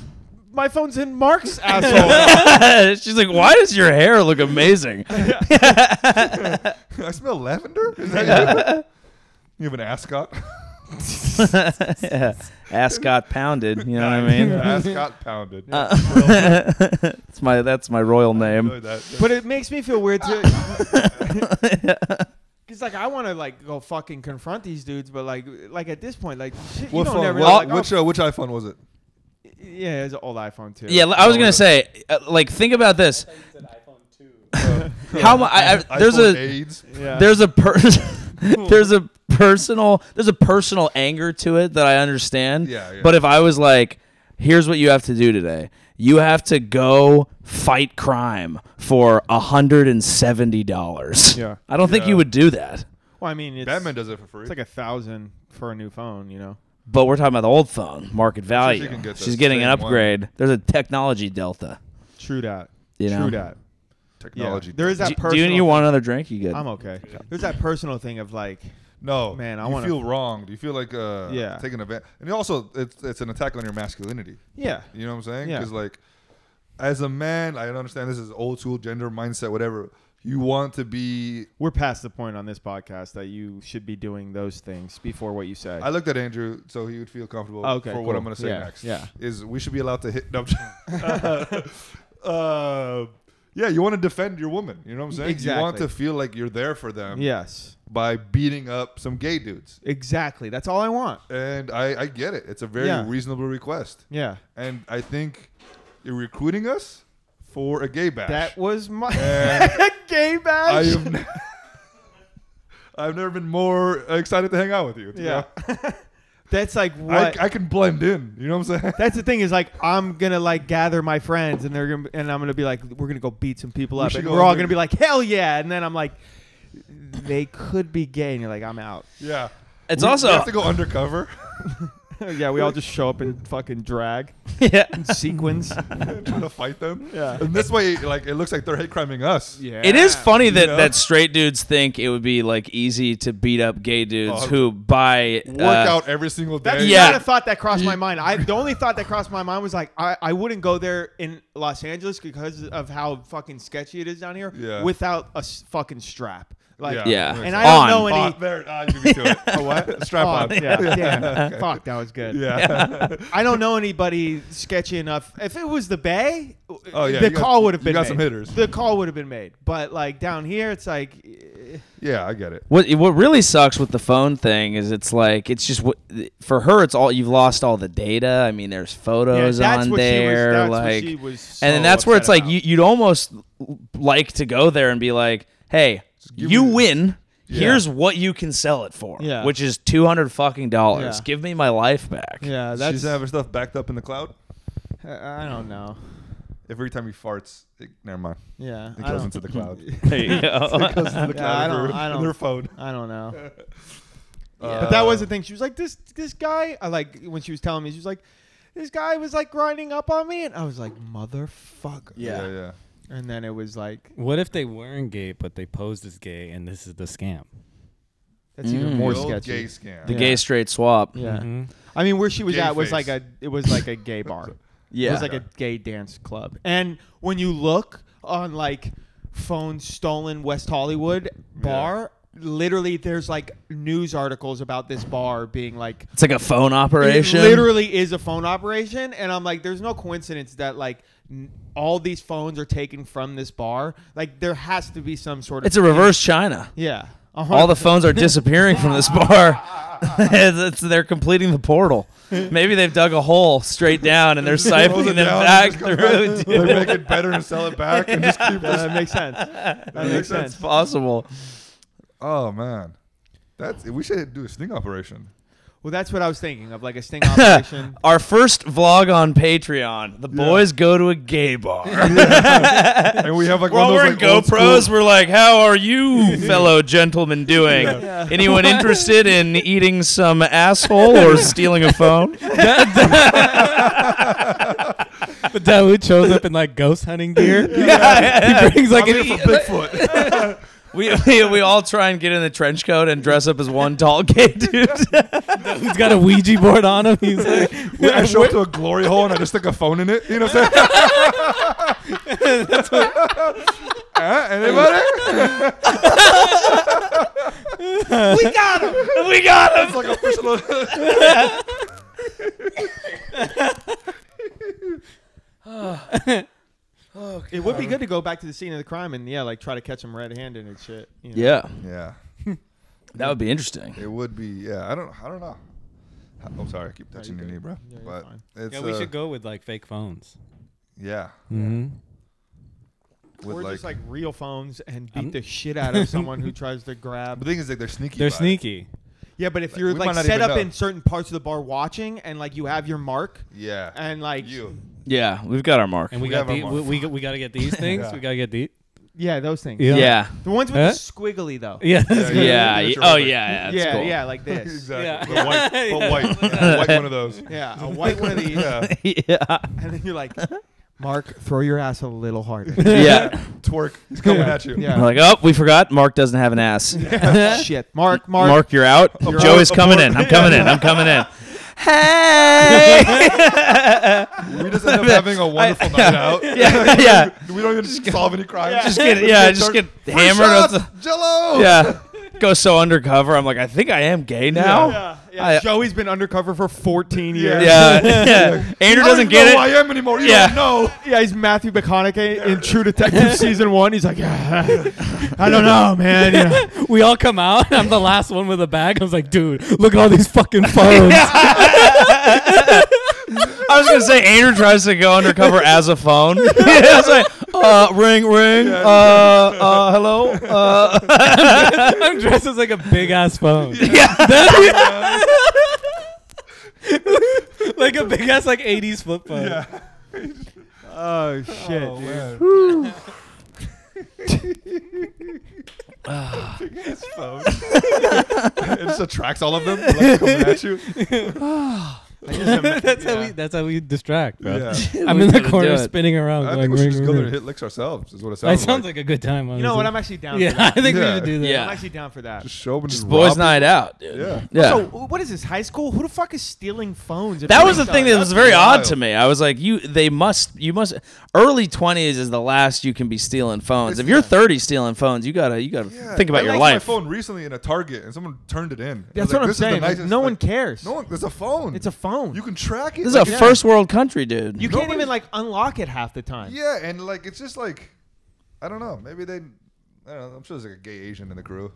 S4: my phone's in
S3: [LAUGHS]
S4: Mark's asshole.
S2: [LAUGHS] she's like, "Why does your hair look amazing?" [LAUGHS]
S3: I smell lavender. Is that
S2: [LAUGHS]
S3: you? you have an ascot.
S2: yeah. Ass got pounded. You know
S3: [LAUGHS]
S2: what I mean?
S3: ascot pounded.
S2: [LAUGHS] Uh, it's my that's my royal name.
S3: Enjoyed that.
S4: but it makes me feel weird too.
S3: [LAUGHS]
S4: Cause like I want to like go fucking confront these dudes, but like like at this point, like shit, you
S3: What
S4: don't
S3: phone?
S4: ever like
S3: What-
S4: oh,
S3: which uh, which iPhone was it?
S4: yeah, it's an old iPhone too.
S2: Yeah, I was gonna say, uh, like, think about this. How mu- I, I, there's
S3: iPhone
S2: a
S3: AIDS.
S4: yeah.
S2: there's a per- [LAUGHS] there's a personal there's a personal anger to it that I understand.
S3: Yeah, yeah.
S2: But if I was like, here's what you have to do today. You have to go fight crime for hundred and seventy dollars.
S4: Yeah.
S2: [LAUGHS] I don't think
S3: Yeah.
S2: you would do that.
S4: Well, I mean, it's,
S3: Batman does it for free.
S4: it's like a thousand for a new phone, you know.
S2: But we're talking about the old phone, market value.
S3: can get the
S2: She's getting an
S3: same one.
S2: upgrade. There's a technology delta.
S4: True that.
S2: You know?
S4: True that. Yeah.
S3: Technology.
S4: There is
S2: Do,
S4: that
S2: do
S4: personal.
S2: you, you want another drink? You good?
S4: I'm okay. There's that personal thing of like,
S3: No,
S4: Man, I
S3: you
S4: wanna-
S3: feel wronged. You feel like uh,
S4: Yeah.
S3: taking advantage, and also it's it's an attack on your masculinity.
S4: yeah,
S3: You know what I'm saying?
S4: Yeah.
S3: Because like, as a man, I understand this is old school gender mindset, whatever. You want to be.
S4: we're past the point on this podcast that you should be doing those things before what you say.
S3: I looked at Andrew, so he would feel comfortable
S4: Oh, Okay,
S3: for what
S4: cool.
S3: I'm going to say
S4: Yeah,
S3: next.
S4: yeah.
S3: is we should be allowed to hit. No, I'm
S4: [LAUGHS]
S3: [LAUGHS] just- uh, yeah, you want to defend your woman. You know what I'm saying? You want
S4: Exactly.
S3: to feel like you're there for them
S4: yes,
S3: by beating up some gay dudes.
S4: exactly. That's all I want.
S3: And I, I get it. It's a very
S4: Yeah.
S3: reasonable request.
S4: Yeah,
S3: and I think you're recruiting us for a gay bash.
S4: that was my [LAUGHS]
S3: And
S4: gay
S3: I
S4: bash.
S3: have ne- [LAUGHS] I've never been more excited to hang out with you. you
S4: yeah,
S3: know?
S4: [LAUGHS] that's like
S3: I,
S4: what.
S3: I can blend in. You know what I'm saying?
S4: that's the thing is like I'm gonna like gather my friends and they're gonna and I'm gonna be like we're gonna go beat some people
S3: We
S4: up
S3: should
S4: and
S3: go
S4: we're all
S3: over-
S4: gonna be like hell yeah and then I'm like they could be gay and you're like I'm out
S3: yeah.
S2: it's
S3: We-
S2: also
S3: we have to go undercover.
S4: [LAUGHS]
S3: [LAUGHS]
S4: yeah we all just show up in fucking drag
S2: [LAUGHS] yeah.
S4: sequins
S3: trying to fight them.
S4: Yeah.
S3: And this way, like, it looks like they're hate criming us.
S4: [LAUGHS] yeah
S2: It is funny that,
S3: know?
S2: that straight dudes think it would be like easy to beat up gay dudes
S3: Oh,
S2: who by
S3: Work
S2: uh,
S3: out every single day.
S4: That's
S2: Yeah.
S4: not a thought that crossed my mind. I the only thought that crossed my mind was like I, I wouldn't go there in Los Angeles because of how fucking sketchy it is down here
S3: Yeah.
S4: without a s- fucking strap. Like
S2: Yeah.
S4: and I
S2: On.
S4: don't know
S3: Oh,
S4: any
S3: there, ah, you beat me
S4: [LAUGHS]
S3: to it. Oh, what? Strap
S4: Oh,
S3: on.
S4: yeah,
S3: [LAUGHS]
S4: damn. Fuck, that was good.
S3: Yeah.
S4: I don't know anybody sketchy enough. If it was the Bay,
S3: Oh, yeah,
S4: the
S3: you got-
S4: call would have
S3: you
S4: been
S3: got
S4: made.
S3: some hitters.
S4: The call would have been made. But like down here it's like eh,
S3: [LAUGHS] yeah, I get it.
S2: What what really sucks with the phone thing is it's like it's just what for her it's all you've lost all the data. I mean, there's photos
S4: Yeah, that's
S2: on
S4: what she was-
S2: there,
S4: that's what
S2: like,
S4: she was
S2: and then
S4: so
S2: that's where it's
S4: upset
S2: like
S4: about.
S2: you, you'd almost like to go there and be like, hey,
S3: give
S2: you
S3: me the-
S2: win.
S3: Yeah.
S2: Here's what you can sell it for,
S4: Yeah.
S2: which is two hundred fucking dollars.
S4: Yeah.
S2: Give me my life back.
S4: yeah,
S3: She's
S4: that's
S3: having stuff backed up in the cloud.
S4: I I don't know.
S3: Every time he farts, it, never mind.
S4: [LAUGHS] Yeah.
S3: It
S4: I
S3: goes
S4: don't-
S3: into the cloud.
S2: There you go.
S3: it goes into the cloud
S4: Yeah, I
S3: of her-
S4: don't- I
S3: of
S4: don't-
S3: her uh, phone.
S4: I don't know.
S2: Yeah.
S4: But that was the thing. She was like, this this guy. I like when she was telling me, she was like, this guy was like grinding up on me, and I was like, motherfucker.
S3: Yeah,
S2: Yeah.
S3: yeah.
S4: And then it was like,
S1: [LAUGHS] What if they weren't gay, but they posed as gay, and this is the scam?
S4: that's even
S2: Mm.
S4: more
S3: The old
S4: sketchy.
S3: gay scam.
S2: the
S4: Yeah.
S2: gay straight swap.
S4: Yeah.
S1: Mhm.
S4: I mean, where she was
S3: Gay
S4: at was
S3: face.
S4: like a it was like a
S3: [LAUGHS]
S4: gay bar.
S2: Yeah.
S4: It was like a gay dance club. And when you look on like phone stolen West Hollywood bar, literally there's like news articles about this bar being like
S2: It's like a phone operation.
S4: It literally is a phone operation, and I'm like, there's no coincidence that like n- all these phones are taken from this bar. Like there has to be some sort of.
S2: It's a reverse China.
S4: Yeah. Uh-huh.
S2: All the phones are disappearing from
S4: [LAUGHS]
S2: this bar. it's, it's- they're completing the portal. Maybe they've dug a hole straight
S4: [LAUGHS]
S2: down and they're siphoning
S3: Close it
S2: them
S3: down,
S2: back
S3: just come [LAUGHS]
S2: through.
S3: back,
S2: dude.
S3: They make it better and sell it back and just
S4: [LAUGHS]
S3: keep this.
S4: that makes sense.
S2: [LAUGHS]
S4: That makes
S3: makes
S4: sense.
S2: It's possible.
S3: Oh man, that's we should do a sting operation.
S4: Well, that's what I was thinking of, like a sting operation.
S2: Our first vlog on Patreon. The boys go to a
S3: [LAUGHS]
S2: gay bar.
S3: And we have like
S2: We're
S3: one
S2: all
S3: of those
S2: wearing
S3: like, old
S2: GoPros.
S3: school-
S2: We're like, how are
S3: [LAUGHS]
S2: you, fellow gentlemen, doing? Anyone interested in eating some
S3: [LAUGHS]
S2: asshole or stealing a phone?
S1: But Dawood shows up in like ghost hunting [LAUGHS] gear. He brings like
S3: I'm
S1: an
S3: here for Bigfoot.
S4: [LAUGHS]
S2: [LAUGHS]
S3: [LAUGHS]
S2: We, we, we all try and get in the trench coat and dress up as one tall gay dude.
S1: he's got a Ouija board on him. He's like, [LAUGHS]
S3: I show up to a glory hole and I just stick a phone in it. You know what I'm saying? [LAUGHS] Huh? anybody?
S2: we got him. We got
S3: It's
S2: him.
S3: like a personal.
S4: it would be good to go back to the scene of the crime and yeah, like try to catch him red-handed and shit. you know.
S2: Yeah,
S3: yeah,
S2: that would be interesting.
S3: it would be. Yeah, I don't. I don't know. I'm sorry. I keep touching your knee, bro.
S4: Yeah, you're
S3: but
S4: fine.
S3: it's
S1: yeah, we
S3: uh,
S1: should go with like fake phones.
S3: Yeah,
S1: Mm-hmm.
S3: with
S4: or just
S3: like.
S4: like real phones and beat
S1: I'm-
S4: the shit out of someone who tries to grab.
S3: The thing is, like they're sneaky.
S1: They're
S3: about it.
S1: sneaky.
S4: Yeah, but if
S3: Like,
S4: you're
S3: we might
S4: like
S3: not
S4: set up
S3: even know.
S4: in certain parts of the bar watching and like you have your mark
S3: Yeah.
S4: and like [LAUGHS]
S3: you.
S2: [LAUGHS]
S3: [LAUGHS]
S2: Yeah, we've got our mark.
S1: And we,
S3: We
S1: got
S3: have our
S1: the, we,
S3: mark.
S1: we, got- we got to get [LAUGHS] these things.
S3: Yeah.
S1: We got to get these.
S4: yeah, those things.
S1: Yeah.
S2: Yeah,
S4: The ones with
S1: Huh?
S4: the squiggly though.
S1: Yeah. [LAUGHS]
S3: Yeah,
S2: yeah.
S3: Yeah,
S2: y-
S3: you're
S2: Oh
S3: right.
S2: yeah, yeah. it's
S4: yeah,
S2: cool.
S4: yeah, like this.
S3: [LAUGHS] exactly.
S1: Yeah.
S3: The white,
S4: [LAUGHS]
S3: the
S1: Yeah.
S3: white, the white one of those.
S4: yeah, a white one of these,
S3: [LAUGHS] Yeah.
S2: yeah,
S4: and then you're like, Mark, throw your ass a little harder.
S2: [LAUGHS] [LAUGHS] yeah.
S3: Twerk. He's coming
S4: Yeah.
S3: at you.
S4: Yeah.
S2: We're like, oh, we forgot. Mark doesn't have an
S3: [LAUGHS]
S2: ass.
S4: Shit, Mark, Mark.
S2: Mark, you're out.
S3: You're out.
S2: Joey's coming
S3: [LAUGHS]
S2: in. I'm coming in. I'm coming in. Hey.
S3: We just
S2: [LAUGHS]
S3: end up having a wonderful night out.
S2: yeah, yeah.
S3: [LAUGHS] We don't even solve any crimes.
S2: Just get yeah, just get
S3: Free
S2: hammered. with
S3: shots,
S2: the-
S3: Jello.
S2: [LAUGHS] yeah, go so undercover. I'm like, I think I am gay now.
S4: Yeah, yeah.
S2: oh. I-
S4: Joey's been undercover for 14
S3: Yeah.
S4: years.
S2: Yeah,
S3: [LAUGHS]
S2: [LAUGHS] yeah. Andrew
S3: I don't
S2: doesn't
S3: even
S2: get
S3: know
S2: it.
S3: who I am anymore. You
S2: Yeah.
S3: don't know.
S4: Yeah, he's Matthew McConaughey in True Detective season one. He's like, "Ah, I don't know, man. you know."
S1: [LAUGHS] We all come out. I'm the last one with a bag. I was like, dude, look at all these fucking
S2: [LAUGHS]
S1: phones.
S3: [LAUGHS]
S2: I was gonna say Andrew tries to go undercover as a phone. [LAUGHS] yeah, I was like, uh, ring, ring, uh, uh, hello.
S3: [LAUGHS]
S2: Uh,
S1: [LAUGHS]
S2: [LAUGHS]
S1: I'm dressed as like a big ass phone. [LAUGHS]
S2: yeah,
S1: [LAUGHS] like a big ass like 80s flip phone.
S3: [LAUGHS]
S4: Oh shit,
S3: Oh,
S4: dude.
S3: man. [LAUGHS] Big ass phone. [LAUGHS] it just attracts all of them. Like, coming at
S2: [LAUGHS]
S3: you.
S4: I just am-
S1: that's how
S4: yeah.
S1: we that's how we distract, bro.
S3: Yeah.
S1: [LAUGHS] I'm in
S2: We
S1: the
S2: gotta
S1: corner
S2: do it.
S1: spinning around.
S3: I
S1: going,
S3: think we should
S1: ring,
S3: just
S1: ring,
S3: go there
S1: ring.
S3: and hit licks ourselves. Is what
S1: That
S3: it sounds,
S1: sounds like a good time. Honestly.
S4: You know what? I'm actually down.
S1: yeah,
S4: For that.
S1: I think we
S3: Yeah.
S1: should do that.
S2: [LAUGHS]
S1: [LAUGHS]
S2: Yeah.
S4: I'm actually down for that.
S3: Just show up and
S2: Just
S3: just
S2: boys'
S3: rob
S2: night out, dude.
S3: Yeah.
S2: yeah.
S4: So what is this? High school? Who the fuck is stealing phones? if
S2: that
S4: you
S2: was the
S4: think
S2: thing
S4: about
S2: that
S4: it?
S2: was very
S3: wild.
S2: odd to me. I was like, you, they must, you must. Early twenties is the last you can be stealing phones. If you're thirty stealing phones, you gotta, you gotta
S3: Yeah,
S2: think
S3: I
S2: about your
S3: lost
S2: life.
S3: My phone recently in a Target, and someone turned it in. And I
S4: That's
S3: was
S4: what
S3: like,
S4: I'm
S3: "This is the
S4: saying. Like,
S3: nicest-
S4: no
S3: like,
S4: one cares.
S3: No one. It's a phone.
S4: it's a phone.
S3: You can track it.
S2: This is
S3: like,
S2: a
S3: it's-
S2: first world country, dude.
S4: You can't
S3: Nobody-
S4: even like unlock it half the time.
S3: Yeah, and like it's just like, I don't know. Maybe they. I don't know. I'm sure there's like a gay Asian in the crew.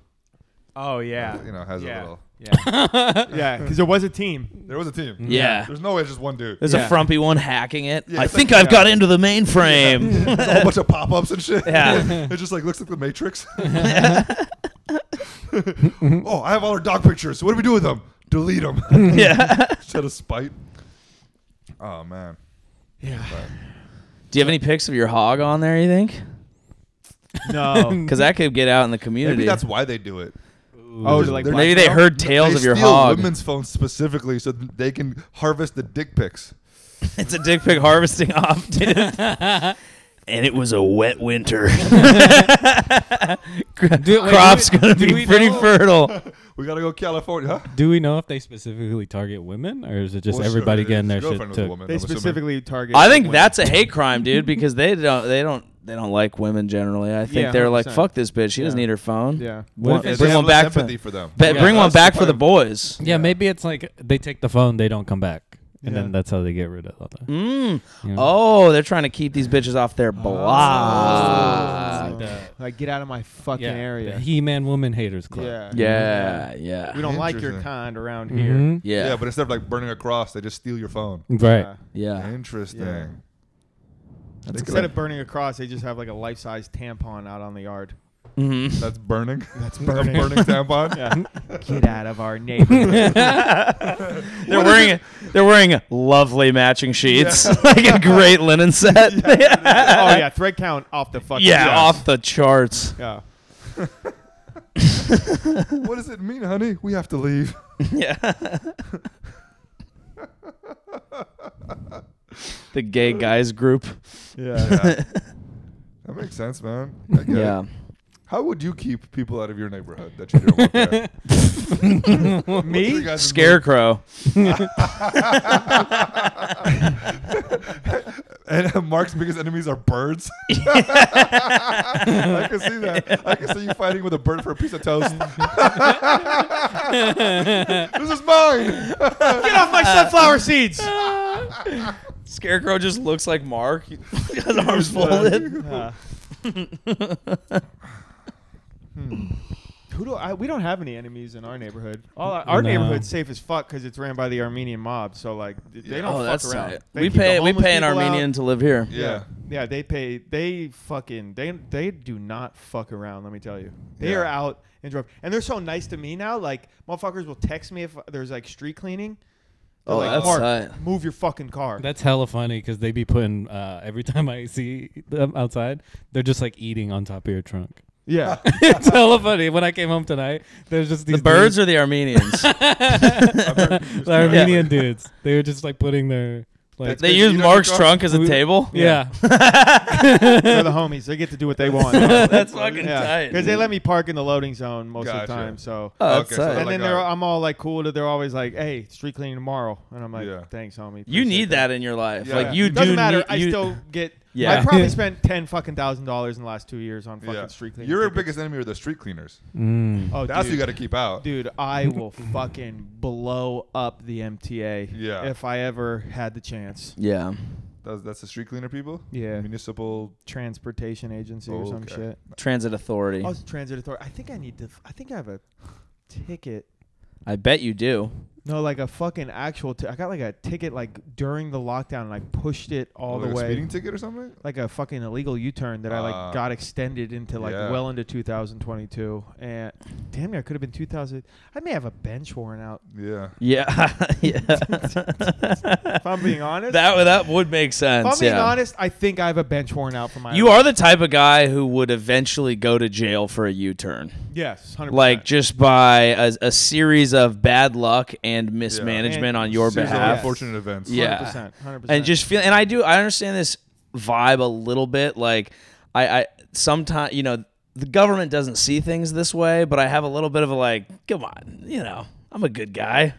S4: Oh yeah.
S3: You know, has
S4: yeah.
S3: a little.
S4: Yeah.
S2: [LAUGHS]
S4: yeah, because there was a team.
S3: There was a team.
S2: Yeah.
S3: There's no way it's just one dude. [LAUGHS]
S2: There's
S4: Yeah.
S2: a frumpy one hacking it.
S3: Yeah,
S2: I
S3: it's
S2: think
S3: like-
S2: I've got into the mainframe.
S3: There's a whole bunch of pop-ups and shit.
S2: Yeah.
S3: [LAUGHS] it just like looks like the
S2: [LAUGHS]
S3: Matrix. [LAUGHS] oh, I have all her dog pictures. What do we do with them? Delete them.
S2: [LAUGHS] yeah.
S3: just out of spite. Oh man.
S4: Yeah.
S2: Do you have any pics of your hog on there? You think?
S3: [LAUGHS]
S4: No.
S2: Because Oh, that could get out in the community.
S3: Maybe that's why they do it.
S4: oh, to, like
S3: They're-
S2: Maybe
S4: black-
S2: they heard tales
S3: they
S2: of your
S3: steal
S2: hog.
S3: women's phones specifically so that they can harvest the dick pics.
S2: It's a dick pic harvesting [LAUGHS] off,
S3: [LAUGHS]
S2: dude. and it was a wet winter. [LAUGHS]
S1: Do- wait,
S2: Crop's
S1: do we-
S2: gonna
S1: do
S2: be
S1: we
S2: pretty
S1: know-
S2: fertile.
S3: We gotta go California. Huh?
S1: Do we know if they specifically target women, or is it just
S3: Well, sure,
S1: everybody
S3: his
S1: getting their shit
S3: girlfriend was a
S1: took?
S3: woman,
S4: They
S3: I'm assuming.
S4: specifically target.
S2: I think
S4: women.
S2: that's a hate crime, dude, because they don't they don't they don't like women generally. I think
S4: Yeah,
S2: they're like,
S4: 100%.
S2: fuck this bitch. She doesn't
S4: Yeah.
S2: need her phone.
S4: Yeah.
S1: What
S2: Bring
S1: if
S3: And
S1: it's-
S3: they have
S2: one
S3: less
S2: back for
S3: empathy for them.
S2: Ba-
S1: Yeah.
S2: Bring one
S3: Us,
S2: back
S3: if
S2: for the
S3: I-
S2: boys.
S1: yeah, maybe it's like they take the phone, they don't come back, and
S4: Yeah.
S1: then that's how they get rid of all that.
S2: Mm.
S1: you know?
S2: Oh, they're trying to keep these bitches off their block.
S1: Like that.
S4: Like get out of my fucking
S1: yeah,
S4: area.
S1: The He-Man Woman Haters Club.
S4: Yeah.
S2: Yeah, yeah,
S4: We don't like your
S3: Interesting.
S4: kind around here.
S1: Mhm.
S2: yeah,
S3: Yeah. but instead of like burning a cross, they just steal your phone.
S1: Right.
S4: Yeah.
S2: yeah.
S3: Interesting.
S4: Yeah.
S3: That's,
S4: Instead of burning a cross, they just have like a life size tampon out on the yard.
S2: Mhm.
S3: that's burning. [LAUGHS] That's
S4: burning.
S3: a burning
S4: [LAUGHS]
S3: tampon. [LAUGHS]
S4: Get out of our neighborhood.
S2: They're wearing they're wearing lovely matching sheets, [LAUGHS] like a great linen set. [LAUGHS] Yeah,
S4: oh yeah, thread count off the fucking charts.
S2: off the charts.
S4: Yeah.
S3: What does it mean, honey? We have to leave. [LAUGHS]
S2: Yeah. [LAUGHS] the gay guys group.
S4: Yeah.
S3: That makes sense, man. I get it.
S2: Yeah.
S3: How would you keep people out of your neighborhood that you don't want there?
S2: [LAUGHS]
S3: What's your
S4: Me?
S3: guys'
S2: Scarecrow.
S3: [LAUGHS] And uh, Mark's biggest enemies are
S4: [LAUGHS]
S3: birds. [LAUGHS] I can see that. I can see you fighting with a bird for a piece
S4: [LAUGHS]
S3: of toast. this is mine.
S4: Get off
S3: [LAUGHS] Uh,
S4: my sunflower seeds. Uh,
S2: Scarecrow just looks like Mark. [LAUGHS] He has arms
S4: [LAUGHS]
S2: folded.
S4: Uh, hmm. Who do I? We don't have any enemies in our neighborhood. All our, our
S1: No.
S4: neighborhood's safe as fuck because it's ran by the Armenian mob. So like, th- they don't
S2: [LAUGHS] oh,
S4: fuck
S2: that's
S4: around.
S2: tight.
S4: They
S2: We
S4: keep the
S2: pay we
S4: homeless
S2: pay an
S4: people out.
S2: Armenian to live here.
S3: Yeah.
S4: Yeah, they pay. They fucking they they do not fuck around. Let me tell you, they
S3: Yeah.
S4: are out and drove, and they're so nice to me now. Like motherfuckers will text me if there's like street cleaning. They're
S2: Oh,
S4: like,
S2: that's
S4: "Mark,
S2: tight.
S4: move your fucking car.
S1: That's hella funny because they be putting uh, every [LAUGHS] time I see them outside, they're just like eating on top of your trunk. [LAUGHS]
S2: [LAUGHS]
S4: yeah,
S1: it's hella funny. When I came home tonight, there's just these
S2: The birds
S1: dudes,
S2: are
S4: [LAUGHS]
S2: the Armenians.
S1: [LAUGHS]
S2: [LAUGHS]
S1: the Armenian dudes. They were just like putting their like
S2: they
S3: Because
S2: use
S3: you know
S2: Mark's
S3: Nicole-
S2: trunk as
S4: [LAUGHS]
S2: a table.
S1: yeah.
S4: they're
S1: [LAUGHS]
S2: [LAUGHS]
S4: the homies. They get to do what they want.
S2: That's fucking
S4: yeah,
S2: tight.
S4: because they let me park in the loading zone most of
S3: Gotcha.
S4: the time. So.
S2: Oh,
S3: Okay, so
S2: that's tight.
S3: they're
S4: and
S3: like,
S4: then they're,
S3: uh,
S4: I'm all like cool to. They're always like, "Hey, street cleaning tomorrow," and I'm like,
S3: Yeah.
S4: "Thanks, homie."
S2: You
S4: Appreciate
S2: need that in your life.
S3: Yeah.
S2: Like you
S4: It doesn't
S2: do
S4: matter.
S2: need-
S4: I
S2: you-
S4: still get.
S2: Yeah.
S4: I
S2: [LAUGHS]
S4: probably spent ten fucking thousand dollars in the last two years on fucking
S3: Yeah.
S4: street cleaning.
S3: Your
S4: tickets.
S3: biggest enemy are the street cleaners.
S1: Mm.
S4: Oh,
S3: That's
S4: dude.
S3: who you got to keep out.
S4: Dude,
S2: [LAUGHS]
S4: I will fucking blow up the MTA
S3: Yeah.
S4: if I ever had the chance.
S2: Yeah.
S3: That's, that's the street cleaner people.
S4: Yeah.
S3: Municipal.
S4: Transportation agency or some
S3: Okay.
S4: shit.
S2: Transit authority.
S4: I was transit authority. I think I need to. I think I have a ticket.
S2: I bet you do.
S4: No, like a fucking actual. T- I got like a ticket like during the lockdown, and I pushed it all
S3: Oh, like
S4: the
S3: a
S4: way.
S3: Speeding ticket or something.
S4: like a fucking illegal U-turn that I
S3: Ah.
S2: Uh,
S4: like got extended into like
S3: Yeah.
S4: well into 2022, and damn near could have been 2000. I may have a bench worn out.
S3: Yeah.
S2: Yeah. [LAUGHS] yeah.
S4: If I'm
S2: [LAUGHS]
S4: being honest,
S2: That that would make sense.
S4: if I'm being
S2: yeah.
S4: honest, I think I have a bench worn out for my.
S2: You are the type of guy who would eventually go to jail for a U-turn.
S4: yes, 100%.
S2: Like just by a, a series of bad luck and mismanagement
S4: And
S2: on your
S3: Series of
S2: behalf.
S4: yeah.
S3: unfortunate events.
S2: Yeah.
S4: 100%, 100%.
S2: and just feel and i do i understand this vibe a little bit like i i sometimes you know the government doesn't see things this way but i have a little bit of a like come on you know i'm a good guy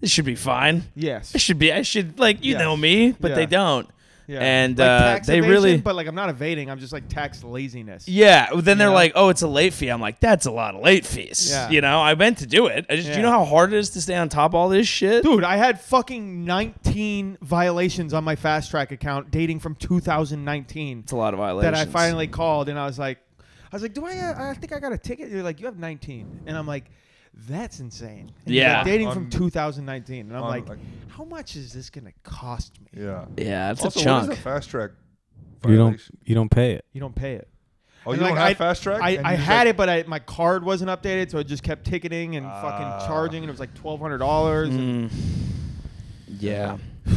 S2: this should be fine
S4: yes,
S2: i should be i should like you
S4: Yes.
S2: know me but they
S4: Yeah.
S2: don't
S4: yeah.
S2: and
S4: Like
S2: uh,
S4: tax
S2: they
S4: evasion,
S2: really
S4: But like, I'm not evading. I'm just like tax laziness.
S2: yeah then they're
S4: Yeah.
S2: like oh it's a late fee i'm like that's a lot of late fees
S4: Yeah.
S2: you know i meant to do it i just do you
S4: Yeah.
S2: know how hard it is to stay on top of all this shit
S4: Dude, I had fucking 19 violations on my fast track account dating from 2019.
S2: it's a lot of violations
S4: that I finally called and I was like, I was like, do I? I think I got a ticket. You're like, you have 19, and I'm like, that's insane. And he's like,
S2: Yeah.
S4: dating
S3: Un-
S4: from 2019, and I'm
S3: un-
S4: like,
S3: Um, like-
S4: how much is this gonna cost me?
S3: Yeah.
S2: yeah it's
S3: also,
S2: a
S3: what is
S2: chunk
S3: a fast track?
S1: You don't
S3: violation?
S1: you don't pay it.
S4: You don't pay it.
S3: Oh, you
S4: And,
S3: don't
S4: like,
S3: have
S4: I-
S3: fast track.
S4: I,
S3: And
S4: I
S3: you just,
S4: had
S3: like,
S4: it, but I, my card wasn't updated, so it just kept ticketing and
S3: Ah.
S4: fucking charging, and it was like twelve hundred dollars.
S2: Mm. yeah
S3: Yeah,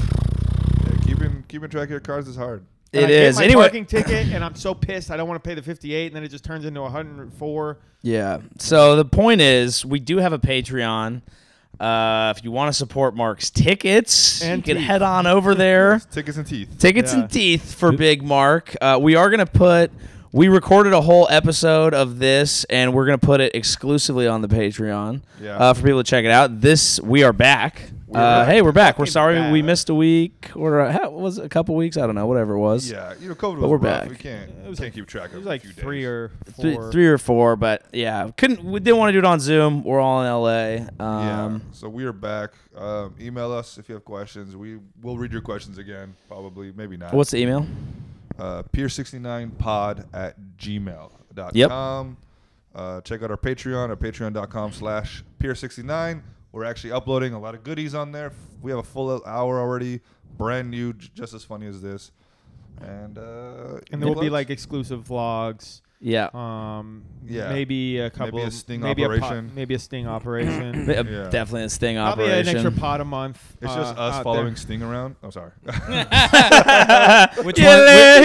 S3: keeping keeping track of your cars is hard.
S2: It
S4: I
S2: is.
S4: Get my
S2: Anyway.
S4: parking ticket, and I'm so pissed. I don't want to pay the fifty eight, and then it just turns into one hundred four.
S2: Yeah. So the point is, we do have a Patreon. Uh, if you want to support Mark's tickets,
S4: And
S2: you can
S4: teeth.
S2: head on
S4: [LAUGHS]
S2: over there.
S3: Tickets and teeth.
S2: Tickets
S4: Yeah.
S2: and teeth for Big Mark. Uh, we are gonna put. We recorded a whole episode of this, and we're gonna put it exclusively on the Patreon
S3: Yeah.
S2: uh, for people to check it out. This we are back. Uh, hey, we're back. We're
S4: fucking
S2: sorry we
S4: back.
S2: missed a week or a, how, was it a couple weeks. I don't know. Whatever it was.
S3: Yeah, you know, COVID was
S2: we're
S3: rough.
S2: back.
S3: We can't
S4: It was
S3: can't
S4: like-
S3: keep track of.
S4: It was like
S3: a few
S4: three
S3: days.
S4: or four.
S2: Three, three or four, but yeah, couldn't. We didn't want to do it on Zoom. We're all in LA.
S3: Yeah.
S2: Um,
S3: so we are back. Um, email us if you have questions. We will read your questions again, probably, maybe not.
S2: What's the email?
S3: uh, peer69pod at gmail.com. Uh, check out our Patreon at patreon.com slash peer69. We're actually uploading a lot of goodies on there. We have a full hour already, brand new, j- just as funny as this. And uh,
S4: and there will be
S3: vlogs.
S4: like exclusive vlogs.
S2: Yeah.
S4: Um,
S3: Yeah.
S4: maybe a couple,
S3: a
S4: of-
S3: sting
S4: maybe po-
S3: operation.
S4: maybe a
S2: [CLEARS THROAT]
S4: sting operation,
S2: Uh,
S3: yeah.
S2: Definitely a sting
S4: probably
S2: operation.
S4: an extra pot a month.
S3: it's
S4: uh,
S3: just
S4: out
S3: us
S4: there.
S3: following Sting around.
S1: [LAUGHS]
S3: I'm sorry. [LAUGHS]
S1: Which
S2: Yeah, yeah,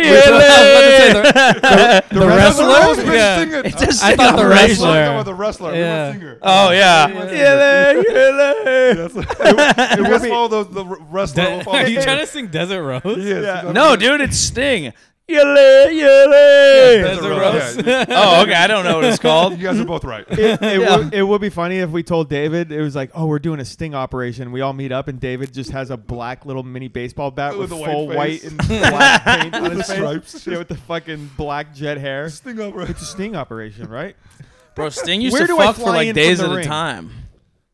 S1: [LAUGHS]
S2: yeah.
S1: the, wrestler?
S3: Everyone's been
S1: Yeah.
S3: Stinger.
S2: It's just
S1: I thought the
S2: an
S3: I'm
S1: wrestler-
S2: operation.
S3: talking about the wrestler. we
S1: Yeah.
S3: went Stinger.
S2: Oh [LAUGHS] yeah.
S1: Yeah.
S2: Yeah,
S4: [LAUGHS]
S2: yeah, yeah.
S3: it was all the, the wrestler. will follow
S1: Are you
S3: Stinger.
S1: trying to sing Desert Rose?
S3: Yes, exactly.
S2: No, dude, it's Sting. Yele, yele.
S3: Desert
S1: Desert
S3: Rose.
S1: Rose.
S3: Yeah,
S2: Oh, okay. I don't know what it's
S3: You
S2: called.
S3: guys are both right. [LAUGHS]
S2: [LAUGHS]
S4: It, it,
S2: Yeah.
S4: would, it would be funny if we told David it was like, oh, we're doing a sting operation. We all meet up, and David just has a black little mini baseball bat
S3: With
S4: with,
S3: a white
S4: full
S3: face.
S4: white and
S2: [LAUGHS]
S4: black paint on
S3: The
S4: his face.
S3: stripes.
S4: Yeah, with the fucking black jet hair.
S3: Sting up right.
S4: It's a sting operation, right?
S2: Bro, Sting used
S4: Where
S2: to
S4: do I
S2: fuck for
S4: fly
S2: like
S4: in from
S2: days
S4: the
S2: at a
S4: ring?
S2: time.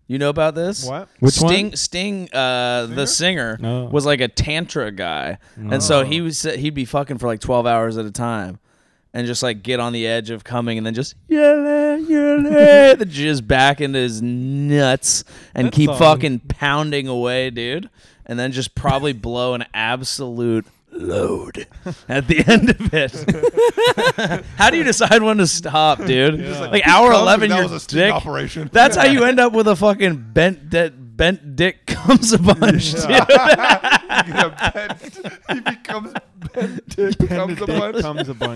S2: You know about this?
S4: What?
S1: Which one?
S2: Sting, Sting, uh, the singer
S1: No.
S2: was like a tantra guy, and so
S4: Oh.
S2: he was uh, he'd be fucking for like twelve hours at a time, and just like get on the edge of coming, and then just yell, yell, [LAUGHS] the jizz back into his nuts, and
S1: That
S2: keep
S1: song.
S2: fucking pounding away, dude, and then just probably blow an absolute load at the end of
S4: [LAUGHS]
S2: it. How do you decide when
S3: [LAUGHS]
S2: to stop, dude? Like hour
S3: Comes,
S2: eleven,
S3: that
S2: your
S3: was a Sting
S2: dick
S3: operation. [LAUGHS]
S2: [LAUGHS] that's how you end up with a fucking bent that bent dick [LAUGHS] comes a bunch. dude.
S3: You get a bent- he becomes bent. Dick,
S4: Comes
S3: becomes a bunch.
S4: Comes a bunch.